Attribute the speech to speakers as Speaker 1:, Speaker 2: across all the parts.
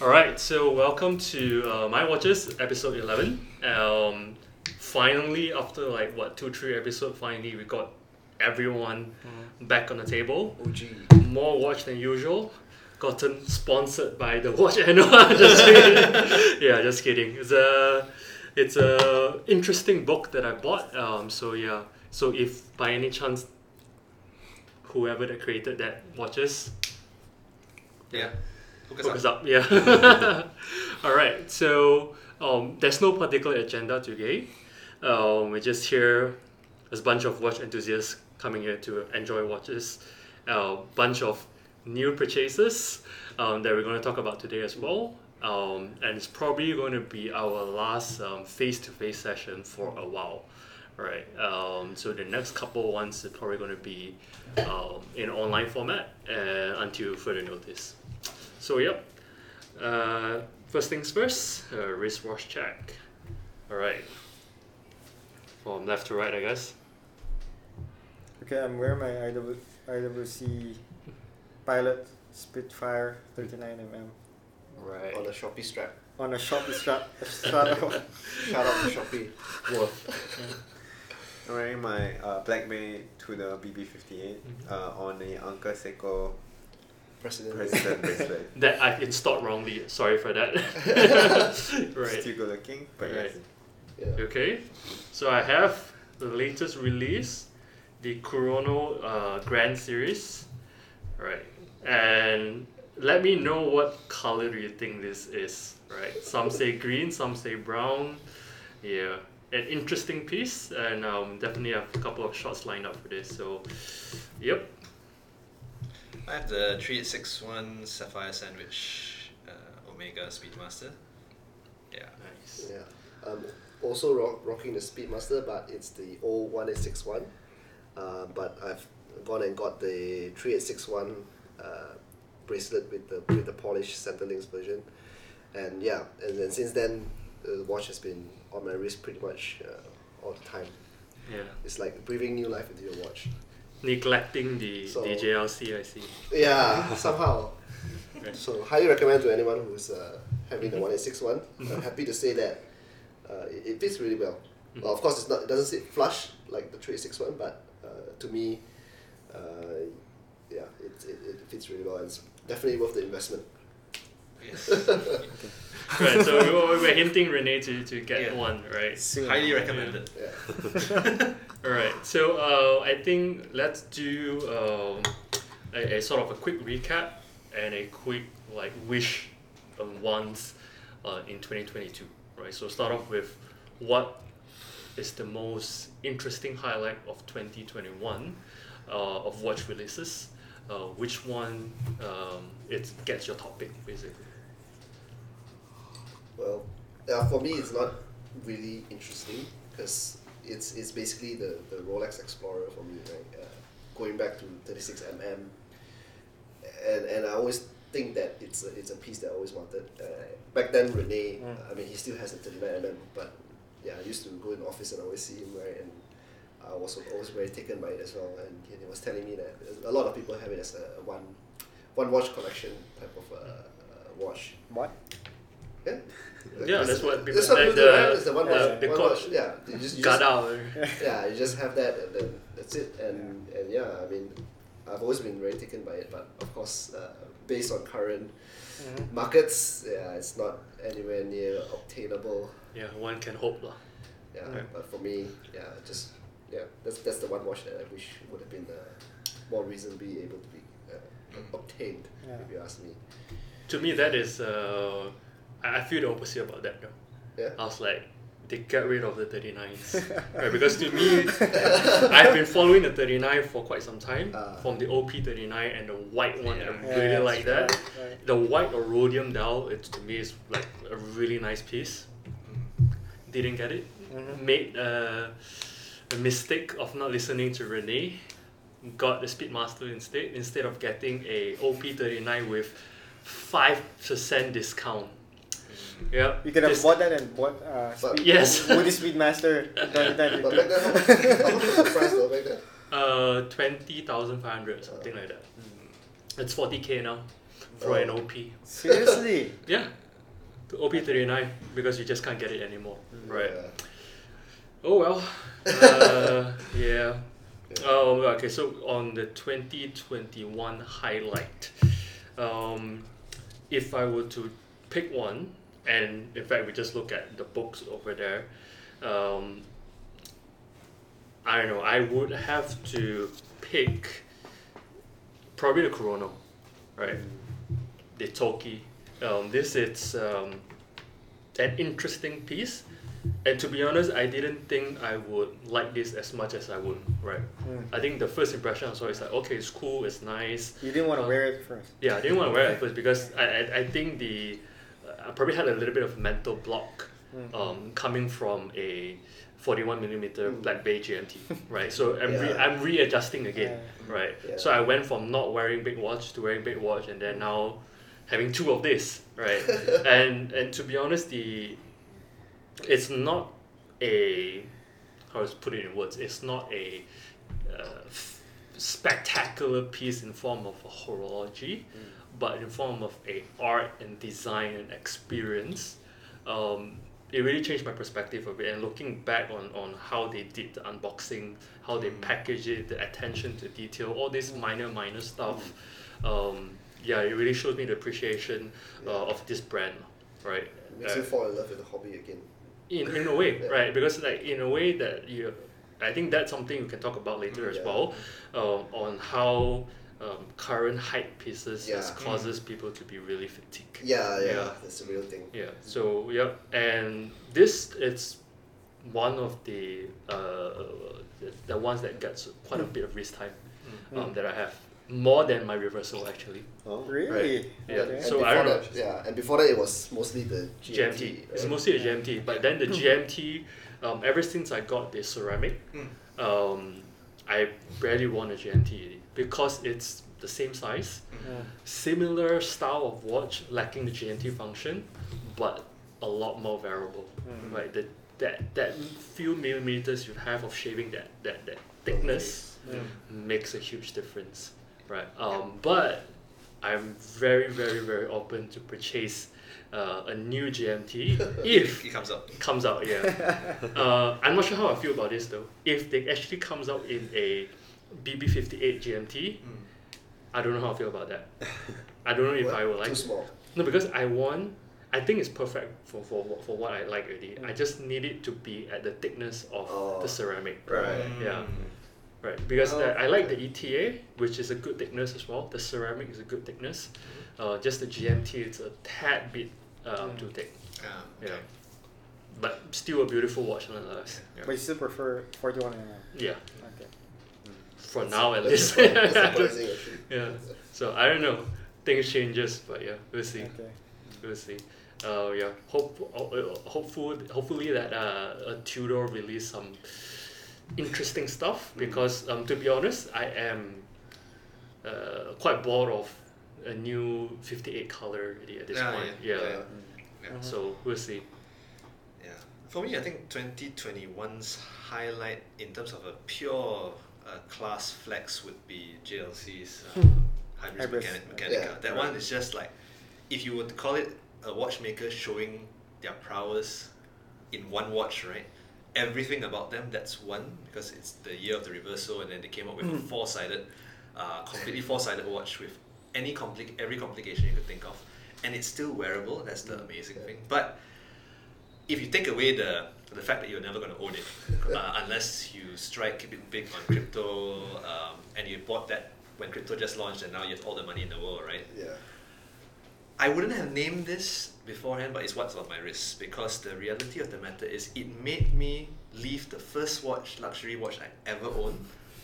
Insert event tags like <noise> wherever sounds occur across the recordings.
Speaker 1: right, so welcome to uh, My Watches, episode 11. Um, finally, after like, what, two, three episode, finally we got everyone back on the table.
Speaker 2: OG.
Speaker 1: More watch than usual. Gotten sponsored by the watch <laughs> annual. just kidding. yeah, just kidding. It's a, it's a interesting book that I bought. Um, so yeah, so if by any chance, whoever that created that watches,
Speaker 2: Yeah. Hook us
Speaker 1: Focus
Speaker 2: up.
Speaker 1: up, yeah. <laughs> All right, so um, there's no particular agenda today. Um, we're just here as a bunch of watch enthusiasts coming here to enjoy watches, a bunch of new purchases um, that we're going to talk about today as well. Um, and it's probably going to be our last um, face-to-face session for a while, right? Um, so the next couple ones are probably going to be um, in online format uh, until further notice. So yep. Uh, first things first, uh, wristwatch check. All right. From left to right, I guess.
Speaker 3: Okay, I'm wearing my IW, IWC Pilot Spitfire 39mm
Speaker 1: Right.
Speaker 2: Or the Shopee strap.
Speaker 3: on a Shopee strap. strap.
Speaker 1: <laughs>
Speaker 2: Shout out to Shopee.
Speaker 4: I'm wearing my uh, Black Bay to the BB58
Speaker 1: Mm-hmm.
Speaker 4: uh, on the
Speaker 5: <laughs>
Speaker 4: Anka Seiko
Speaker 2: President.
Speaker 4: President bracelet.
Speaker 1: That I installed wrongly. Sorry for that. <laughs> right.
Speaker 4: Still good looking, but
Speaker 1: Right.
Speaker 4: yes.
Speaker 2: Yeah.
Speaker 1: Okay. So I have the latest release, the Corono uh, Grand Series. Right. And let me know what color do you think this is. Right. Some say green, some say brown. Yeah. An interesting piece, and um, definitely have a couple of shots lined up for this. So, yep.
Speaker 6: I have the 3861 Sapphire Sandwich uh, Omega Speedmaster. Yeah.
Speaker 1: Nice.
Speaker 5: Yeah. Um, also rock, rocking the Speedmaster, but it's the old 1861. Uh, but I've gone and got the 3861 uh, bracelet with the with the polished Centerlinks version. And yeah, and then since then, uh, the watch has been on my wrist pretty much uh, all the time.
Speaker 1: Yeah.
Speaker 5: It's like breathing new life into your watch.
Speaker 1: Neglecting the,
Speaker 5: So-
Speaker 1: the JLC, I see.
Speaker 5: Yeah, somehow.
Speaker 1: Right.
Speaker 5: So highly recommend to anyone who's uh, having the 1861. I'm happy to say that uh, it, it fits really well. Well, of course, it's not. It doesn't sit flush like the 361, but uh, to me, uh, yeah, it, it, it fits really well. And it's definitely worth the investment.
Speaker 1: <laughs>
Speaker 6: Yes.
Speaker 1: right, so we were, we were hinting Renee to, to get
Speaker 6: Yeah.
Speaker 1: one, right?
Speaker 6: Highly recommended.
Speaker 5: Yeah.
Speaker 1: <laughs> All right, so uh, I think let's do um, a, a sort of a quick recap and a quick like wish and wants uh, in 2022, right? So start off with what is the most interesting highlight of 2021 uh, of watch releases? Uh, which one um, it gets your topic basically?
Speaker 5: Well, uh, for me, it's not really interesting because it's it's basically the, the Rolex Explorer for me, right? Uh, going back to 36mm, and and I always think that it's a, it's a piece that I always wanted. Uh, back then, Rene, I mean, he still has a 39mm, but yeah, I used to go in office and always see him, right? And I was always very taken by it as well, and, and he was telling me that a lot of people have it as a one one watch collection type of uh, uh, watch.
Speaker 3: what?
Speaker 5: Yeah,
Speaker 1: Yeah, that's what people
Speaker 5: that's what
Speaker 1: like
Speaker 5: people do,
Speaker 1: the-
Speaker 5: right? It's the one
Speaker 1: uh,
Speaker 5: watch,
Speaker 1: they
Speaker 5: one
Speaker 1: call-
Speaker 5: watch. Yeah, you just, you
Speaker 1: Got
Speaker 5: just
Speaker 1: out.
Speaker 5: yeah, you just have that, and then that's it. And and yeah, I mean, I've always been very taken by it, but of course, uh, based on current markets, yeah, it's not anywhere near obtainable.
Speaker 1: Yeah, one can hope lah.
Speaker 5: Yeah,
Speaker 1: Right.
Speaker 5: but for me, yeah, just yeah, that's that's the one watch that I wish would have been uh, more reasonably able to be uh, obtained,
Speaker 3: Yeah.
Speaker 5: if you ask me.
Speaker 1: To me, that is, uh, I I feel the opposite about that though.
Speaker 5: Yeah.
Speaker 1: I was like, they get rid of the 39s. right, because to me, I've been following the 39 for quite some time,
Speaker 5: Ah.
Speaker 1: from the OP39 and the white one. I
Speaker 3: Yeah,
Speaker 1: really
Speaker 3: that's
Speaker 1: like that.
Speaker 3: right, right.
Speaker 1: The white or rhodium dial, it, to me, is like a really nice piece.
Speaker 6: Mm.
Speaker 1: Didn't get it.
Speaker 3: Mhm.
Speaker 1: Made uh, a mistake of not listening to Renee. Got the Speedmaster instead, instead of getting a OP39 with 5% discount. Yep.
Speaker 3: You could have
Speaker 1: Dis-
Speaker 3: bought that and bought uh,
Speaker 5: But-
Speaker 3: speed,
Speaker 1: Yes.
Speaker 3: Woody Speedmaster. that,
Speaker 5: <laughs>
Speaker 3: that
Speaker 5: But back then, how much, how much was the price though back then?
Speaker 1: Uh, twenty thousand five hundred, something like that. It's forty k now for an
Speaker 5: Oh.
Speaker 1: OP. <laughs>
Speaker 3: Seriously?
Speaker 1: Yeah, to OP39 because you just can't get it anymore. Right.
Speaker 5: Yeah.
Speaker 1: Oh well. Uh, <laughs> yeah.
Speaker 5: Yeah.
Speaker 1: Um, okay, so on the 2021 highlight, um, if I were to pick one, and in fact, we just look at the books over there, um, I don't know, I would have to pick probably the Corona, right? The Toki. Um, this is um, an interesting piece. And to be honest, I didn't think I would like this as much as I would, right?
Speaker 3: Mm.
Speaker 1: I think the first impression I saw is like, okay, it's cool, it's nice.
Speaker 3: You didn't want to
Speaker 1: Uh,
Speaker 3: wear it first.
Speaker 1: Yeah, I didn't want to wear it at first because I, I, I think the I probably had a little bit of mental block
Speaker 3: Mm.
Speaker 1: um, coming from a 41 millimeter
Speaker 5: Mm.
Speaker 1: black bay GMT,
Speaker 3: <laughs>
Speaker 1: right? So I'm, re-
Speaker 5: Yeah.
Speaker 1: I'm readjusting again,
Speaker 3: Yeah.
Speaker 1: right?
Speaker 5: Yeah.
Speaker 1: So I went from not wearing big watch to wearing big watch, and then now having two of this,
Speaker 3: <laughs>
Speaker 1: right? and and to be honest, the it's not a how to put it in words. It's not a uh, f- spectacular piece in form of a
Speaker 5: Mm.
Speaker 1: horology, but in form of a art and design and experience. Um, it really changed my perspective of it and looking back on, on how they did the unboxing, how
Speaker 5: Mm.
Speaker 1: they package it, the attention to detail, all this minor, minor stuff.
Speaker 5: Mm.
Speaker 1: Um, yeah, it really showed me the appreciation uh,
Speaker 5: Yeah.
Speaker 1: of this brand, right?
Speaker 5: Makes you
Speaker 1: Uh,
Speaker 5: fall in love with the hobby again.
Speaker 1: in, in a way,
Speaker 5: Yeah.
Speaker 1: right? Because like in a way that you, I think that's something we can talk about later as
Speaker 5: Mm, Yeah.
Speaker 1: well, um, on how um, current hype pieces just
Speaker 5: Yeah. Mm.
Speaker 1: causes people to be really fatigued.
Speaker 5: Yeah, yeah,
Speaker 1: Yeah.
Speaker 5: that's the real thing.
Speaker 1: Yeah. So yeah, and this it's one of the uh, the, the ones that gets quite a
Speaker 5: Mm.
Speaker 1: bit of risk time um, that I have more than my reversal actually.
Speaker 4: Oh.
Speaker 3: Really?
Speaker 1: Yeah.
Speaker 5: And
Speaker 3: Okay.
Speaker 1: So
Speaker 5: before
Speaker 1: I don't know.
Speaker 5: that, yeah, and before that it was mostly the GMT.
Speaker 1: GMT. It's
Speaker 5: right?
Speaker 1: mostly a GMT, but then the GMT, um, ever since I got the ceramic, um, I barely want a GMT because it's the same size,
Speaker 3: Mm.
Speaker 1: similar style of watch, lacking the GMT function, but a lot more variable.
Speaker 6: Mm-hmm.
Speaker 3: Mm.
Speaker 1: Right, the, that that few millimeters you have of shaving that that, that thickness
Speaker 3: Mm.
Speaker 1: makes a huge difference, right? Um, but I'm very, very, very open to purchase uh, a new
Speaker 6: <laughs>
Speaker 1: GMT if
Speaker 6: It comes up.
Speaker 1: it comes out.
Speaker 6: <laughs>
Speaker 1: Yeah, uh, I'm not sure how I feel about this though. If it actually comes out in a BB58 GMT,
Speaker 6: Mm.
Speaker 5: <laughs>
Speaker 1: I don't know how I feel about that. I don't know if
Speaker 5: What?
Speaker 1: I will like.
Speaker 5: Too small.
Speaker 1: No, because I want. I think it's perfect for, for, what- for what I like already. I just need it to be at the thickness of
Speaker 5: Mm. Oh.
Speaker 1: the ceramic.
Speaker 4: Right.
Speaker 6: Mm.
Speaker 1: Yeah. Right, because
Speaker 5: Oh,
Speaker 1: uh, I like the
Speaker 5: okay.
Speaker 1: ETA, which is a good thickness as well. The ceramic is a good thickness.
Speaker 5: Mm-hmm.
Speaker 1: Uh, just the GMT, it's a tad bit um,
Speaker 5: Mm.
Speaker 1: too thick.
Speaker 6: Ah,
Speaker 1: Yeah.
Speaker 6: okay.
Speaker 1: But still a beautiful watch nonetheless.
Speaker 3: <laughs> But you still prefer 41 mm.
Speaker 1: Yeah,
Speaker 3: Okay.
Speaker 1: for now at
Speaker 5: That's
Speaker 1: least.
Speaker 5: surprising, that's
Speaker 1: <laughs>
Speaker 5: surprising, actually.
Speaker 1: yeah. So I don't know. Things changes, but yeah, we'll see.
Speaker 3: Okay.
Speaker 1: We'll see. Uh, yeah. Hope, uh, uh, hopeful, hopefully that uh, a Tudor release some interesting stuff
Speaker 6: Mm-hmm.
Speaker 1: because um, to be honest, I am uh, quite bored of a new fifty eight color already at this
Speaker 6: Ah,
Speaker 1: point.
Speaker 6: yeah,
Speaker 1: Yeah.
Speaker 6: yeah. Yeah.
Speaker 3: Mhm.
Speaker 1: So we'll see.
Speaker 6: Yeah. For me, I think 2021's highlight in terms of a pure uh, class flex would be JLC's uh, Hybris
Speaker 3: Hybris.
Speaker 6: Mechani- Mechanica.
Speaker 5: Yeah.
Speaker 6: That one is just like, if you were to call it a watchmaker showing their prowess in one watch, right? Everything about them, that's one, because it's the year of the reversal, and then they came up with a four sided, uh, completely four sided watch with any compli- every complication you could think of. And it's still wearable, that's the amazing
Speaker 5: Yeah.
Speaker 6: thing. But if you take away the the fact that you're never going to own it uh, unless you strike it big on crypto um, and you bought that when crypto just launched and now you have all the money in the world right
Speaker 5: Yeah.
Speaker 6: i wouldn't have named this beforehand but it's what's on my wrist because the reality of the matter is it made me leave the first watch luxury watch i ever owned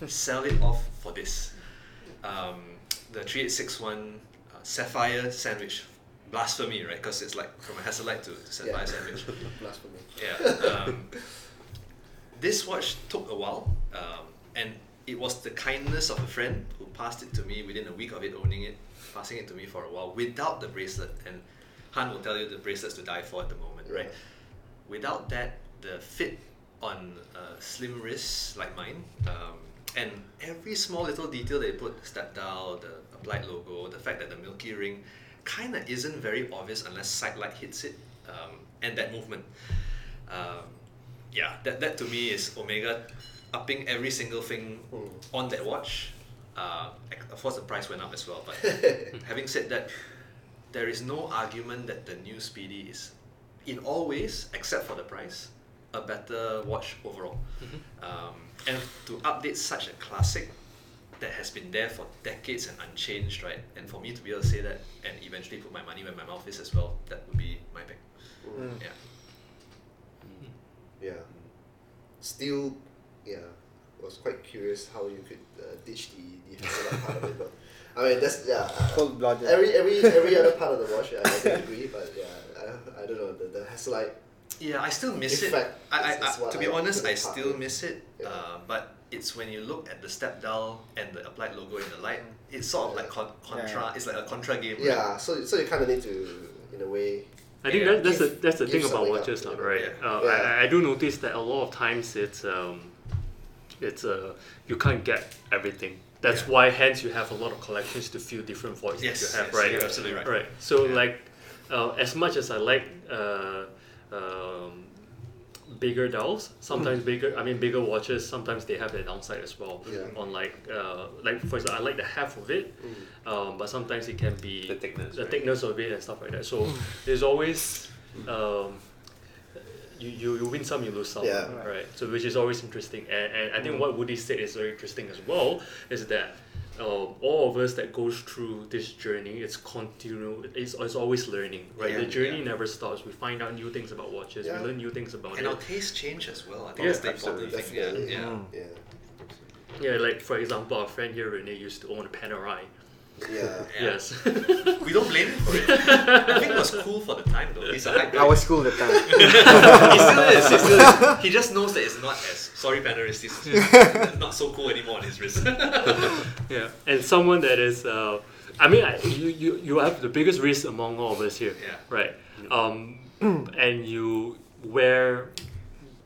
Speaker 6: sell it off for this um, the 3861 uh, sapphire sandwich blasphemy right because it's like from a hasselite to, to sapphire
Speaker 5: yeah.
Speaker 6: sandwich
Speaker 4: <laughs>
Speaker 5: Blasphemy.
Speaker 6: Mm.
Speaker 1: <laughs>
Speaker 6: yeah. Um, this watch took a while, um, and it was the kindness of a friend who passed it to me within a week of it owning it, passing it to me for a while without the bracelet. And Han will tell you the bracelet's to die for at the moment, right?
Speaker 5: Yeah.
Speaker 6: Without that, the fit on uh, slim wrists like mine, um, and every small little detail they put, step dial, the applied logo, the fact that the milky ring kind of isn't very obvious unless sight light hits it um, and that movement. Um, yeah, that, that to me is Omega upping every single thing on that watch. Uh, ex- of course, the price went up as well. But having said that, there is no argument that the new Speedy is, in all ways, except for the price, a better watch overall.
Speaker 1: Mm-hmm.
Speaker 6: Um, and to update such a classic that has been there for decades and unchanged, right? And for me to be able to say that and eventually put my money where my mouth is as well, that would be my pick.
Speaker 3: Hmm.
Speaker 5: Mm.
Speaker 6: Yeah. Mm.
Speaker 5: Yeah. Still, yeah, was quite curious how you could uh, ditch the, the Hasselblad part of it, but I mean that's yeah. I-
Speaker 3: Cold blooded.
Speaker 5: Every every every other part of the watch, I can
Speaker 3: <laughs>
Speaker 5: agree, but yeah, I, I don't know the the Hasselite.
Speaker 6: Yeah, I still miss
Speaker 5: In
Speaker 6: it.
Speaker 5: fact,
Speaker 6: I,
Speaker 5: it's- it's
Speaker 6: I, I,
Speaker 5: what
Speaker 6: to be
Speaker 5: I
Speaker 6: honest,
Speaker 5: couldn't
Speaker 6: I still
Speaker 5: find.
Speaker 6: miss it.
Speaker 5: Yeah.
Speaker 6: Uh, but it's when you look at the step dial and the applied logo in the light, it's sort of like con- contra.
Speaker 3: Yeah.
Speaker 6: It's like a contra game. right?
Speaker 5: Yeah, so so you kind of need to, in a way,
Speaker 1: I think
Speaker 6: Yeah.
Speaker 1: that, that's the
Speaker 5: Give-
Speaker 1: that's the
Speaker 5: give
Speaker 1: thing about
Speaker 5: something up,
Speaker 1: watches, now,
Speaker 5: you know.
Speaker 1: right?
Speaker 6: Yeah.
Speaker 1: Uh,
Speaker 5: Yeah.
Speaker 1: I, I do notice that a lot of times it's um, it's uh, you can't get everything. That's
Speaker 6: Yeah.
Speaker 1: why, hence, you have a lot of collections to fill different voids
Speaker 6: Yes,
Speaker 1: that you have,
Speaker 6: yes,
Speaker 1: right?
Speaker 6: you're absolutely right.
Speaker 1: So,
Speaker 6: Yeah.
Speaker 1: like, uh, as much as I like uh, um, bigger dials, sometimes bigger. I mean, bigger watches. Sometimes they have their downside as well.
Speaker 5: Yeah.
Speaker 1: On like, uh, like for example, I like the half of it, um, but sometimes it can be
Speaker 4: The thickness,
Speaker 1: the
Speaker 4: right?
Speaker 1: thickness of it and stuff like that. So there's always um, you, you you win some, you lose some,
Speaker 5: Yeah.
Speaker 1: right? So which is always interesting. And, and I think what Woody said is very interesting as well is that um, all of us that goes through this journey, it's continual. It's, it's always learning, right?
Speaker 6: Yeah,
Speaker 1: the journey
Speaker 6: yeah.
Speaker 1: never stops. We find out new things about watches.
Speaker 5: Yeah.
Speaker 1: We learn new things about
Speaker 6: And
Speaker 1: it.
Speaker 6: our taste change as well. I think
Speaker 1: Yeah,
Speaker 6: that's the important
Speaker 4: absolutely.
Speaker 6: thing. Yeah.
Speaker 5: Definitely.
Speaker 6: yeah.
Speaker 5: yeah,
Speaker 1: Yeah, like for example, our friend here Renee used to own a Panerai.
Speaker 6: <laughs>
Speaker 5: yeah.
Speaker 3: Mm.
Speaker 6: Yeah.
Speaker 1: Yes.
Speaker 6: We don't blame him
Speaker 1: <laughs>
Speaker 6: for it. I think it was cool for the time though. He's a hype
Speaker 3: I was schooled
Speaker 6: <laughs>
Speaker 3: at that.
Speaker 6: he still is. He still is. He just knows that it's not as sorry, Paneris.
Speaker 3: <laughs>
Speaker 6: It's not so cool anymore on his wrist.
Speaker 1: yeah, and someone that is, uh, I mean, I, you, you you have the biggest risk among all of us here,
Speaker 6: Yeah.
Speaker 1: right? Um, and you wear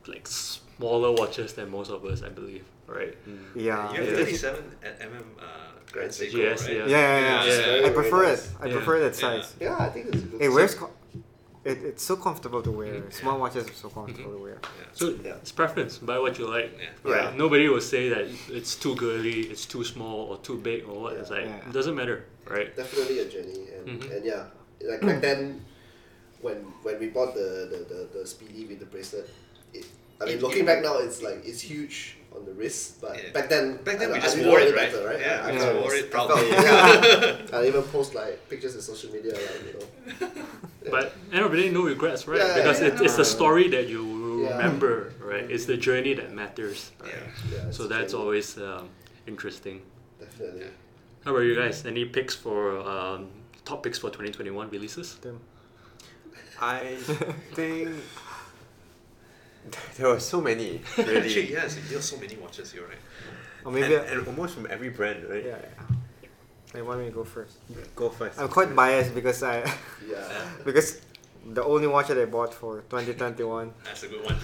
Speaker 1: like smaller watches than most of us, I believe, right?
Speaker 3: <laughs>
Speaker 6: Mm.
Speaker 3: Yeah.
Speaker 6: You have
Speaker 1: Yeah.
Speaker 6: 37 at mm uh, Grand Seiko,
Speaker 1: Yes,
Speaker 6: right?
Speaker 1: yeah.
Speaker 3: Yeah, yeah, yeah.
Speaker 6: Yeah.
Speaker 1: Yeah.
Speaker 3: I prefer
Speaker 5: Very
Speaker 3: it.
Speaker 5: nice.
Speaker 3: I
Speaker 1: Yeah.
Speaker 3: prefer that
Speaker 6: Yeah.
Speaker 3: size.
Speaker 5: Yeah, I think it's a good.
Speaker 3: It wears. Co- it, it's so comfortable to wear. Small watches are so comfortable to wear.
Speaker 6: <laughs>
Speaker 1: So
Speaker 5: Yeah.
Speaker 1: it's preference. Buy what you like,
Speaker 6: Yeah.
Speaker 1: right?
Speaker 5: Yeah.
Speaker 1: Nobody will say that it's too girly, it's too small, or too big, or what. It's like
Speaker 3: Yeah.
Speaker 1: it doesn't matter, right?
Speaker 5: definitely a journey and,
Speaker 6: Mm-hmm.
Speaker 1: Mhm.
Speaker 5: and yeah like back then when when we bought the the, the, the speedy with the bracelet it, I mean
Speaker 6: It-
Speaker 5: looking
Speaker 6: it-
Speaker 5: back now it's like it's huge on the wrist but
Speaker 6: Yeah.
Speaker 5: back then
Speaker 6: Back
Speaker 5: I
Speaker 6: then
Speaker 5: don't-
Speaker 6: we
Speaker 5: I
Speaker 6: just
Speaker 5: didn't
Speaker 6: wore
Speaker 5: know
Speaker 6: it,
Speaker 5: any
Speaker 6: right?
Speaker 5: better, right? I
Speaker 6: Yeah, we
Speaker 3: just
Speaker 5: felt-
Speaker 6: wore it
Speaker 5: I felt-
Speaker 6: proudly.
Speaker 5: <laughs> yeah. I even post like pictures in social media like
Speaker 6: <laughs>
Speaker 5: you know
Speaker 1: But end of the day, no regrets, right?
Speaker 5: Yeah,
Speaker 1: because
Speaker 5: yeah,
Speaker 1: it, it's the story that you will
Speaker 5: Yeah.
Speaker 1: remember, right? It's the journey that matters. Right?
Speaker 6: Yeah.
Speaker 5: yeah, it's
Speaker 1: So
Speaker 5: a
Speaker 1: that's
Speaker 5: journey,
Speaker 1: always um, interesting.
Speaker 5: definitely
Speaker 1: How about you guys? Any picks for um, top picks for 2021 releases? <laughs>
Speaker 6: <laughs>
Speaker 3: Damn.
Speaker 4: <laughs> I think there were so <laughs> many, really.
Speaker 6: Actually, yes, you have so many watches, you're right.
Speaker 3: Or
Speaker 4: and,
Speaker 6: <laughs>
Speaker 3: maybe. I-
Speaker 4: and almost from every brand, right?
Speaker 3: yeah, yeah. They want me to go first.
Speaker 4: Go first.
Speaker 3: I'm quite biased because I,
Speaker 5: yeah
Speaker 3: <laughs> because the only watch that I bought for 2021
Speaker 6: That's a
Speaker 3: <laughs>
Speaker 6: good one.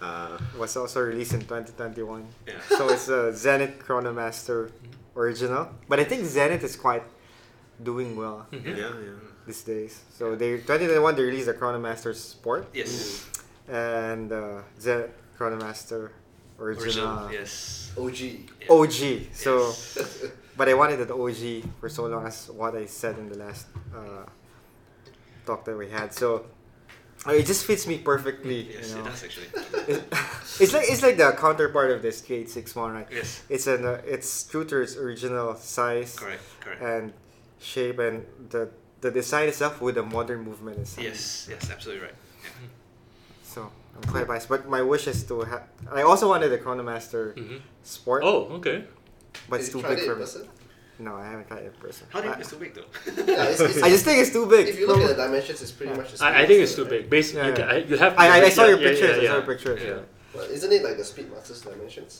Speaker 4: Uh,
Speaker 3: was also released in 2021.
Speaker 6: Yeah.
Speaker 3: So it's a Zenith Chronomaster original, but I think Zenith is quite doing well
Speaker 6: Mm-hmm.
Speaker 4: yeah, yeah.
Speaker 3: these days. So they 2021 they released the Chronomaster Sport
Speaker 6: Yes.
Speaker 3: and uh, Zenith Chronomaster original,
Speaker 6: Original. Yes.
Speaker 5: OG
Speaker 6: Yeah.
Speaker 3: OG. So.
Speaker 6: Yes.
Speaker 5: <laughs>
Speaker 3: But I wanted the OG for so long as what I said in the last uh, talk that we had. So uh, it just fits me perfectly.
Speaker 6: Yes,
Speaker 3: you know?
Speaker 6: it does actually.
Speaker 3: It- <laughs> it's like it's like the counterpart of this K861, right?
Speaker 6: Yes.
Speaker 3: It's an uh, it's true to its original size
Speaker 6: Correct, correct.
Speaker 3: and shape, and the the design itself with the modern movement itself.
Speaker 6: yes, yes, absolutely right.
Speaker 3: So I'm quite biased, but my wish is to have. I also wanted the Chronomaster
Speaker 1: Mhm.
Speaker 3: Sport.
Speaker 1: Oh, okay.
Speaker 3: but it's
Speaker 5: Did you
Speaker 3: too
Speaker 5: try
Speaker 3: big
Speaker 5: it
Speaker 3: for
Speaker 5: in
Speaker 3: me.
Speaker 5: person?
Speaker 3: No, I haven't tried it in person.
Speaker 6: How do you
Speaker 3: I-
Speaker 6: it's too big though?
Speaker 5: Yeah, it's,
Speaker 6: <laughs>
Speaker 5: it's,
Speaker 3: I just think it's too big.
Speaker 5: if you look at the dimensions it's pretty much the same
Speaker 1: I, I think it's
Speaker 5: as
Speaker 1: too
Speaker 5: the-
Speaker 1: big. Basically,
Speaker 3: Yeah,
Speaker 1: you, can,
Speaker 3: yeah.
Speaker 1: I, you have.
Speaker 3: I, I, I
Speaker 1: yeah,
Speaker 3: saw
Speaker 1: yeah,
Speaker 3: your
Speaker 1: yeah,
Speaker 3: pictures.
Speaker 1: yeah.
Speaker 3: I saw your pictures.
Speaker 6: Yeah.
Speaker 3: Yeah.
Speaker 5: Well, isn't it like the speed master's dimensions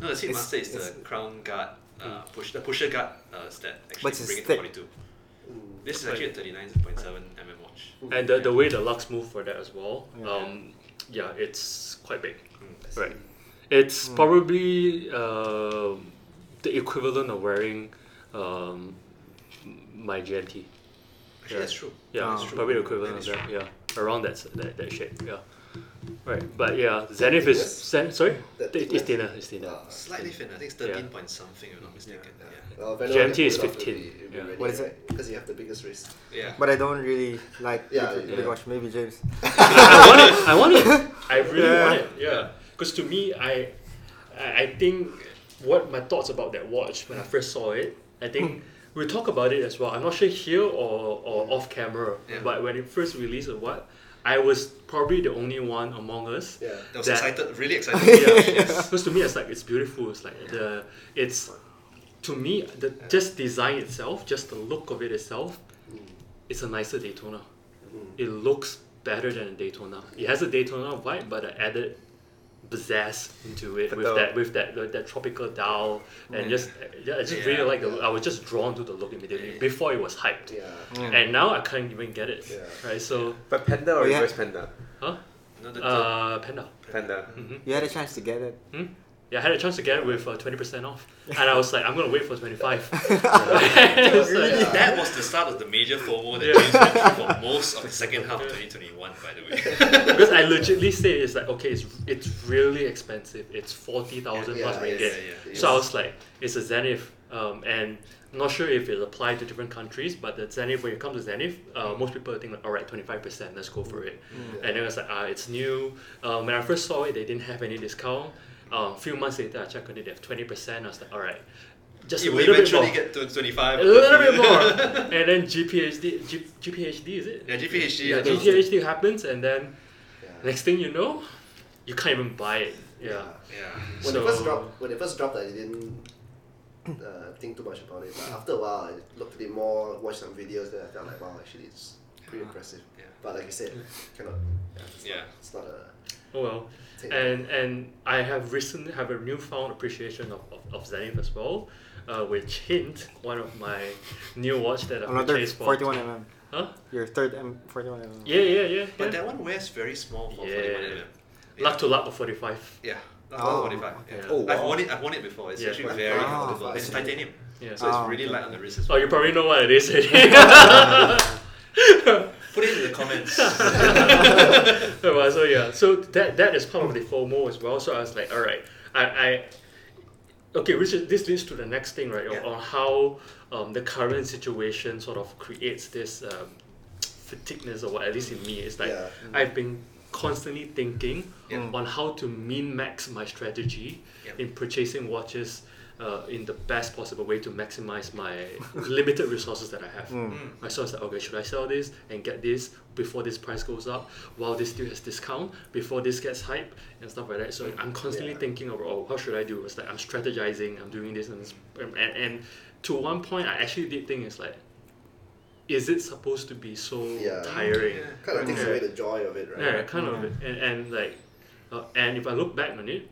Speaker 6: No, the seat
Speaker 3: It's-
Speaker 6: master is the
Speaker 3: it's- Hmm.
Speaker 6: crown guard, uh, push, the pusher guard uh, stat. Actually,
Speaker 3: But it's
Speaker 6: bring it to
Speaker 3: thick.
Speaker 6: 42.
Speaker 5: Mm.
Speaker 6: This is actually a 39.7 mm watch.
Speaker 1: And the, the way the locks move for that as well.
Speaker 3: Yeah.
Speaker 1: Um, yeah, it's quite big.
Speaker 6: Mm.
Speaker 1: Right. It's probably um the equivalent of wearing um, my GMT.
Speaker 6: Actually, that's true.
Speaker 1: Yeah,
Speaker 6: Ah. that's
Speaker 3: Oh.
Speaker 6: true.
Speaker 1: probably the equivalent
Speaker 6: That
Speaker 1: of
Speaker 6: is
Speaker 1: that.
Speaker 6: true.
Speaker 1: Yeah, around that, s- that that shape. Yeah, right. But yeah, Zenith is
Speaker 5: Yes.
Speaker 1: Zen, sorry.
Speaker 5: That
Speaker 1: It- it's
Speaker 5: thickness?
Speaker 1: thinner. It's thinner.
Speaker 5: Ah.
Speaker 6: Slightly thin. I think it's
Speaker 1: Yeah.
Speaker 6: thirteen point something, if I'm not mistaken.
Speaker 5: Yeah.
Speaker 6: Yeah.
Speaker 5: Well,
Speaker 1: GMT is 15, yeah.
Speaker 3: What is it?
Speaker 5: Because you have the biggest wrist.
Speaker 6: Yeah.
Speaker 3: But I don't really like
Speaker 5: Yeah,
Speaker 3: Big,
Speaker 5: yeah.
Speaker 3: Big Watch. Maybe James.
Speaker 1: I, I want it. I want it. I really want
Speaker 3: Yeah.
Speaker 1: it. Yeah. Because to me, I, I, I think what my thoughts about that watch when I first saw it, I think we'll talk about it as well. I'm not sure here or, or off camera,
Speaker 6: Yeah.
Speaker 1: but when it first released or what, I was probably the only one among us
Speaker 5: Yeah.
Speaker 6: I was
Speaker 1: that-
Speaker 3: <laughs>
Speaker 6: excited, really <laughs>
Speaker 1: yeah,
Speaker 6: excited.
Speaker 1: it's- because to me it's like it's beautiful. It's like the it's to me the just design itself, just the look of it itself, it's a nicer Daytona. It looks better than a Daytona. It has a Daytona vibe, but I added pizzazz into it
Speaker 4: But
Speaker 1: with
Speaker 4: the-
Speaker 1: that with that with that tropical dial and just yeah, I just
Speaker 6: Yeah.
Speaker 1: really like the look. I was just drawn to the look immediately before it was hyped.
Speaker 5: Yeah.
Speaker 1: And now I can't even get it.
Speaker 5: Yeah.
Speaker 1: Right? So
Speaker 4: But panda
Speaker 3: Oh,
Speaker 4: or
Speaker 3: yeah.
Speaker 4: reverse panda?
Speaker 1: huh?
Speaker 6: No, the- the-
Speaker 1: Uh Panda.
Speaker 4: Panda.
Speaker 3: <laughs> You had a chance to get it.
Speaker 1: Hmm? Yeah, I had a chance to get it with uh, 20% off. And I was like, I'm going to wait for 25. <laughs> It's like-
Speaker 5: Really?
Speaker 6: That was the start of the major FOMO that
Speaker 1: Yeah.
Speaker 6: James went through for most of the second half of 2021, by the way.
Speaker 1: because I legitly say it's like, okay, it's, it's really expensive. It's 40,000
Speaker 5: Yeah,
Speaker 1: plus
Speaker 5: yeah,
Speaker 1: ringgit.
Speaker 6: yeah, yeah.
Speaker 1: So I was like, it's a Zenith. Um, and I'm not sure if it applied to different countries, but the Zenith, when you come to Zenith, uh, most people think, like, all right, 25%, let's go for it.
Speaker 6: Mm.
Speaker 1: And then I was like, ah, it's new. Um, when I first saw it, they didn't have any discount. A few months later, I checked on it, they have 20%. I was like, all right. Just
Speaker 6: You
Speaker 1: a
Speaker 6: will
Speaker 1: little bit more.
Speaker 6: eventually get to 25.
Speaker 1: a little bit
Speaker 6: <laughs>
Speaker 1: more, and then GPHD, G, GPHD is it?
Speaker 6: Yeah, GPHD.
Speaker 1: Yeah,
Speaker 6: announced it.
Speaker 1: GPHD happens, and then
Speaker 5: Yeah.
Speaker 1: next thing you know, you can't even buy it. Yeah,
Speaker 6: Yeah.
Speaker 5: When
Speaker 1: So-
Speaker 5: it first dropped, when it first dropped, I didn't uh, think too much about it. But after a while, I looked at it more, watched some videos, then I felt like, wow, actually, it's pretty impressive.
Speaker 6: Ah, Yeah.
Speaker 5: But like you said, cannot. Yeah. It's
Speaker 6: Yeah.
Speaker 5: Not, it's not a.
Speaker 1: oh well.
Speaker 5: take.
Speaker 1: And and I have recently have a newfound appreciation of, of, of Zenith as well, uh, which hint one of my new watch that I
Speaker 3: Another
Speaker 1: purchased for
Speaker 3: 41 mm.
Speaker 1: Huh?
Speaker 3: Your third M 41 mm.
Speaker 1: Yeah, yeah, yeah.
Speaker 6: But
Speaker 1: yeah.
Speaker 6: that one wears very small for
Speaker 1: Yeah.
Speaker 6: 41 mm. Yeah.
Speaker 1: Luck to luck of forty five.
Speaker 6: Yeah. That's
Speaker 3: Oh,
Speaker 6: 45. Yeah.
Speaker 1: okay.
Speaker 4: Oh,
Speaker 6: I've
Speaker 4: wow.
Speaker 6: worn it. I've worn it before. It's
Speaker 1: Yeah.
Speaker 6: actually very
Speaker 3: Ah,
Speaker 6: comfortable.
Speaker 5: I
Speaker 6: It's
Speaker 5: see.
Speaker 6: titanium,
Speaker 1: Yeah.
Speaker 6: so
Speaker 3: Ah,
Speaker 6: it's really
Speaker 3: okay.
Speaker 6: light on the wrist. As
Speaker 1: Oh,
Speaker 6: well.
Speaker 1: you probably know what it
Speaker 6: <laughs>
Speaker 1: is. <laughs> already.
Speaker 6: Put it in
Speaker 1: <laughs>
Speaker 6: the <laughs> comments.
Speaker 1: Oh, well, so yeah, so that that is part of the FOMO as well. So I was like, all right, I, I okay, which is, this leads to the next thing, right? on-
Speaker 6: Yeah.
Speaker 1: On how um, the current situation sort of creates this um, fatigueness, or what at least in me, it's like
Speaker 5: Yeah.
Speaker 1: I've been constantly thinking
Speaker 6: Yeah.
Speaker 1: on how to min max my strategy
Speaker 6: Yeah.
Speaker 1: in purchasing watches. Uh, in the best possible way to maximize
Speaker 6: <laughs>
Speaker 1: my limited resources that I have.
Speaker 6: Mm.
Speaker 1: I saw it's like, okay, should I sell this and get this before this price goes up, while this still has discount, before this gets hype and stuff like that. So I'm constantly
Speaker 5: Yeah.
Speaker 1: thinking of, oh, how should I do? It's like I'm strategizing, I'm doing this and this, and, and to one point I actually did think it's like, is it supposed to be so
Speaker 5: Yeah.
Speaker 1: tiring?
Speaker 6: Yeah.
Speaker 5: Kind of takes
Speaker 1: Yeah.
Speaker 5: away the joy of it, right?
Speaker 1: Yeah, kind of. And, and like, uh, and if I look back on it,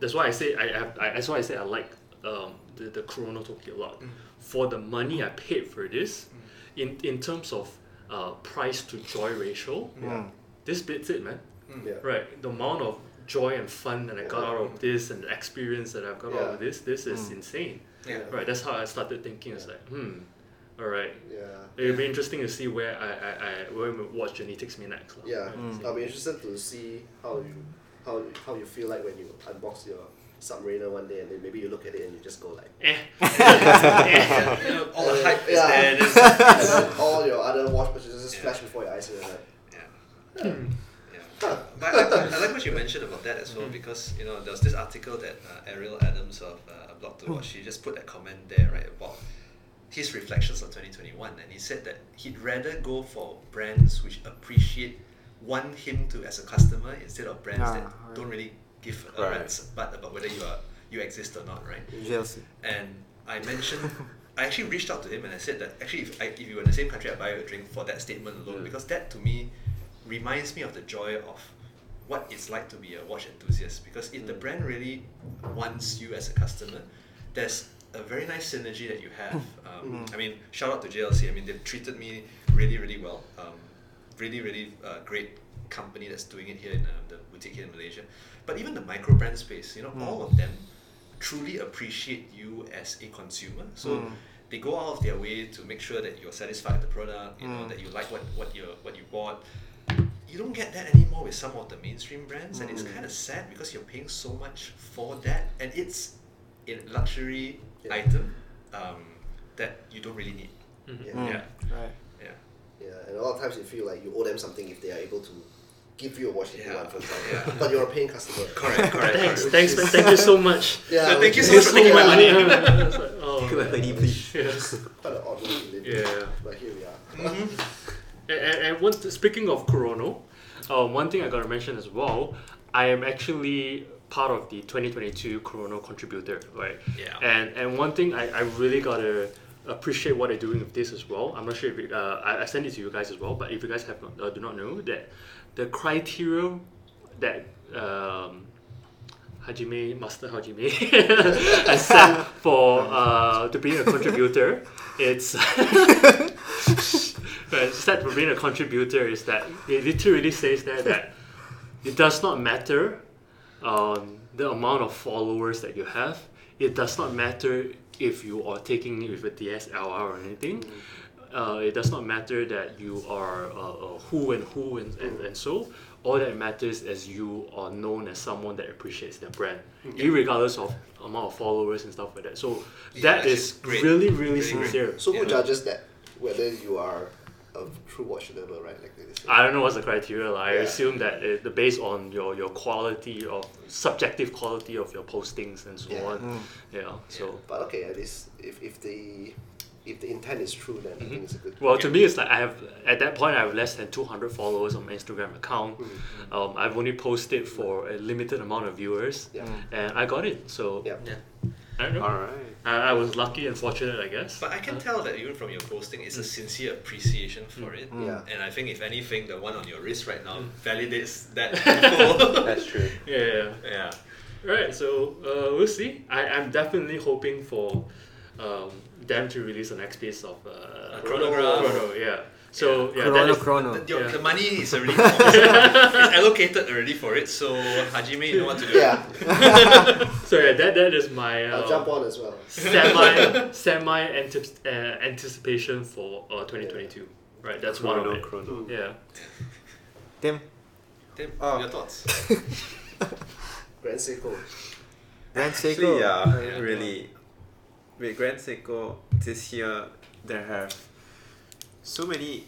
Speaker 1: that's why I say I, I, I that's why I say I like um, the the Corona Tokyo a lot.
Speaker 5: Mm.
Speaker 1: For the money I paid for this, in in terms of uh, price to joy ratio, this beats it, man.
Speaker 5: Mm.
Speaker 6: Mm.
Speaker 5: Yeah.
Speaker 1: Right, the amount of joy and fun that I got out of this and the experience that I've got out of
Speaker 5: Yeah.
Speaker 1: this, this is insane.
Speaker 6: yeah.
Speaker 1: Right, that's how I started thinking. It's like, hmm, all right.
Speaker 5: Yeah.
Speaker 1: It'll be interesting to see where I, I, I where my watch journey takes me next. lah.
Speaker 5: Yeah,
Speaker 6: Mm.
Speaker 1: Right.
Speaker 5: I'll be interested to see how you how how you feel like when you unbox your submariner one day, and then maybe you look at it and you just go
Speaker 6: <laughs>
Speaker 5: like,
Speaker 1: Eh. <laughs>
Speaker 6: You know, all the hype is
Speaker 5: Yeah.
Speaker 6: there.
Speaker 5: <laughs>
Speaker 6: and it's-
Speaker 5: and then all your other watch purchases just
Speaker 6: Yeah.
Speaker 5: flash before your eyes, and you're like,
Speaker 6: Yeah. But I, I, I like what you mentioned about that as well because you know there was this article that uh, Ariel Adams of uh, Blog to Watch she just put that comment there right about his reflections on 2021 and he said that he'd rather go for brands which appreciate want him to as a customer instead of brands
Speaker 3: Ah,
Speaker 6: that
Speaker 3: right.
Speaker 6: don't really give a
Speaker 4: Right.
Speaker 6: rat's butt about whether you are you exist or not right
Speaker 3: GLC.
Speaker 6: and I mentioned, I actually reached out to him and I said that actually, if, I, if you were in the same country, I'd buy you a drink for that statement alone because that to me reminds me of the joy of what it's like to be a watch enthusiast. Because if the brand really wants you as a customer, there's a very nice synergy that you have. Um, I mean, shout out to JLC. I mean, they've treated me really, really well. Um, really, really uh, great company that's doing it here in uh, the boutique here in Malaysia. But even the micro brand
Speaker 3: Hmm.
Speaker 6: space, you know, all of them truly appreciate you as a consumer. So they go out of their way to make sure that you're satisfied with the product, you know,
Speaker 3: Mm.
Speaker 6: that you like what, what you what you bought. You don't get that anymore with some of the mainstream brands, and it's
Speaker 3: Mm.
Speaker 6: kind of sad because you're paying so much for that, and it's a luxury
Speaker 5: Yeah.
Speaker 6: item um, that you don't really need.
Speaker 1: Mhm.
Speaker 5: Yeah.
Speaker 3: Mm, <laughs>
Speaker 6: Yeah.
Speaker 3: Right.
Speaker 6: Yeah.
Speaker 5: Yeah, and a lot of times you feel like you owe them something if they are able to give you a watch that you
Speaker 6: Yeah.
Speaker 5: want, for example.
Speaker 6: <laughs> Yeah.
Speaker 5: But you're a paying customer.
Speaker 6: Correct, correct.
Speaker 1: Thanks,
Speaker 6: correct.
Speaker 1: thanks, man, thank you so much.
Speaker 5: <laughs> Yeah,
Speaker 6: No, thank you
Speaker 5: which
Speaker 6: so much
Speaker 5: is-
Speaker 6: for taking my money.
Speaker 1: Yeah. It's like, oh,
Speaker 4: Give me my
Speaker 1: man.
Speaker 4: money,
Speaker 1: <laughs>
Speaker 4: please.
Speaker 1: Yeah.
Speaker 5: Quite an odd way to live.
Speaker 1: Yeah.
Speaker 5: But here we are.
Speaker 1: And, and, and one, speaking of Corona, um, one thing I gotta mention as well, I am actually part of the 2022 Corona contributor, right?
Speaker 6: Yeah.
Speaker 1: And and one thing I, I really gotta appreciate what they're doing with this as well. I'm not sure if it, uh, I, I send it to you guys as well, but if you guys have not, uh, do not know that the criteria that um, Hajime, Master Hajime, <laughs> has set for uh, to being a contributor,
Speaker 3: <laughs>
Speaker 1: it's <laughs> Right, set for being a contributor is that it literally says there that it does not matter um, the amount of followers that you have. It does not matter if you are taking it with a DSLR or anything. Uh, it does not matter that you are uh, uh, who and who and, and, and so. All that matters is you are known as someone that appreciates their brand, regardless of amount of followers and stuff like that. So
Speaker 6: Yeah,
Speaker 1: that
Speaker 6: that's
Speaker 1: is
Speaker 6: great.
Speaker 1: really, really,
Speaker 6: Really great.
Speaker 1: sincere.
Speaker 5: So who
Speaker 6: Yeah.
Speaker 5: judges that? Whether you are a true watch learner, right? Like they say.
Speaker 1: I don't know what's the criteria. lah. I
Speaker 5: Yeah.
Speaker 1: assume that it, the based on your, your quality of subjective quality of your postings and so
Speaker 5: Yeah. Mm.
Speaker 1: on. Yeah. So
Speaker 5: But okay, at least if, if the if the intent is true, then
Speaker 6: Mm-hmm.
Speaker 5: I think it's a good.
Speaker 1: well, to
Speaker 6: Yeah.
Speaker 1: me, it's like I have at that point I have less than two hundred followers on my Instagram account.
Speaker 5: Mm,
Speaker 1: Um, I've only posted for a limited amount of viewers,
Speaker 5: yeah,
Speaker 1: and I got it. So
Speaker 5: yeah.
Speaker 6: Mm. Yeah.
Speaker 1: I don't know.
Speaker 4: All right.
Speaker 1: I, I was lucky and fortunate, I guess.
Speaker 6: But I can
Speaker 1: Uh,
Speaker 6: tell that even from your posting, it's a sincere appreciation for it.
Speaker 5: Yeah.
Speaker 6: And I think if anything, the one on your wrist right now validates that. before.
Speaker 4: That's true.
Speaker 1: Yeah. yeah.
Speaker 6: <laughs> yeah.
Speaker 1: Right, so uh, we'll see. I, I'm definitely hoping for um, them to release the next piece of uh,
Speaker 6: A chronograph.
Speaker 1: Chrono, yeah. So yeah, that
Speaker 3: Chrono,
Speaker 1: is- <laughs>
Speaker 3: chrono.
Speaker 6: The, your-
Speaker 1: Yeah.
Speaker 6: the money is already <laughs> it's allocated already for it, so Hajime, you know what to do.
Speaker 5: <laughs> Yeah.
Speaker 1: so yeah, that that is my
Speaker 5: I'll jump
Speaker 1: uh,
Speaker 5: on as
Speaker 6: <laughs>
Speaker 5: well.
Speaker 1: semi semi antips- uh, anticipation for uh, 2022. Right, that's one of it.
Speaker 4: Chrono.
Speaker 1: Yeah.
Speaker 3: <laughs> Tim.
Speaker 6: Tim,
Speaker 4: Oh.
Speaker 6: your thoughts?
Speaker 5: Grand Seiko.
Speaker 3: Grand Seiko.
Speaker 4: Actually, yeah,
Speaker 6: Yeah.
Speaker 4: really. With Grand Seiko this year, there have so many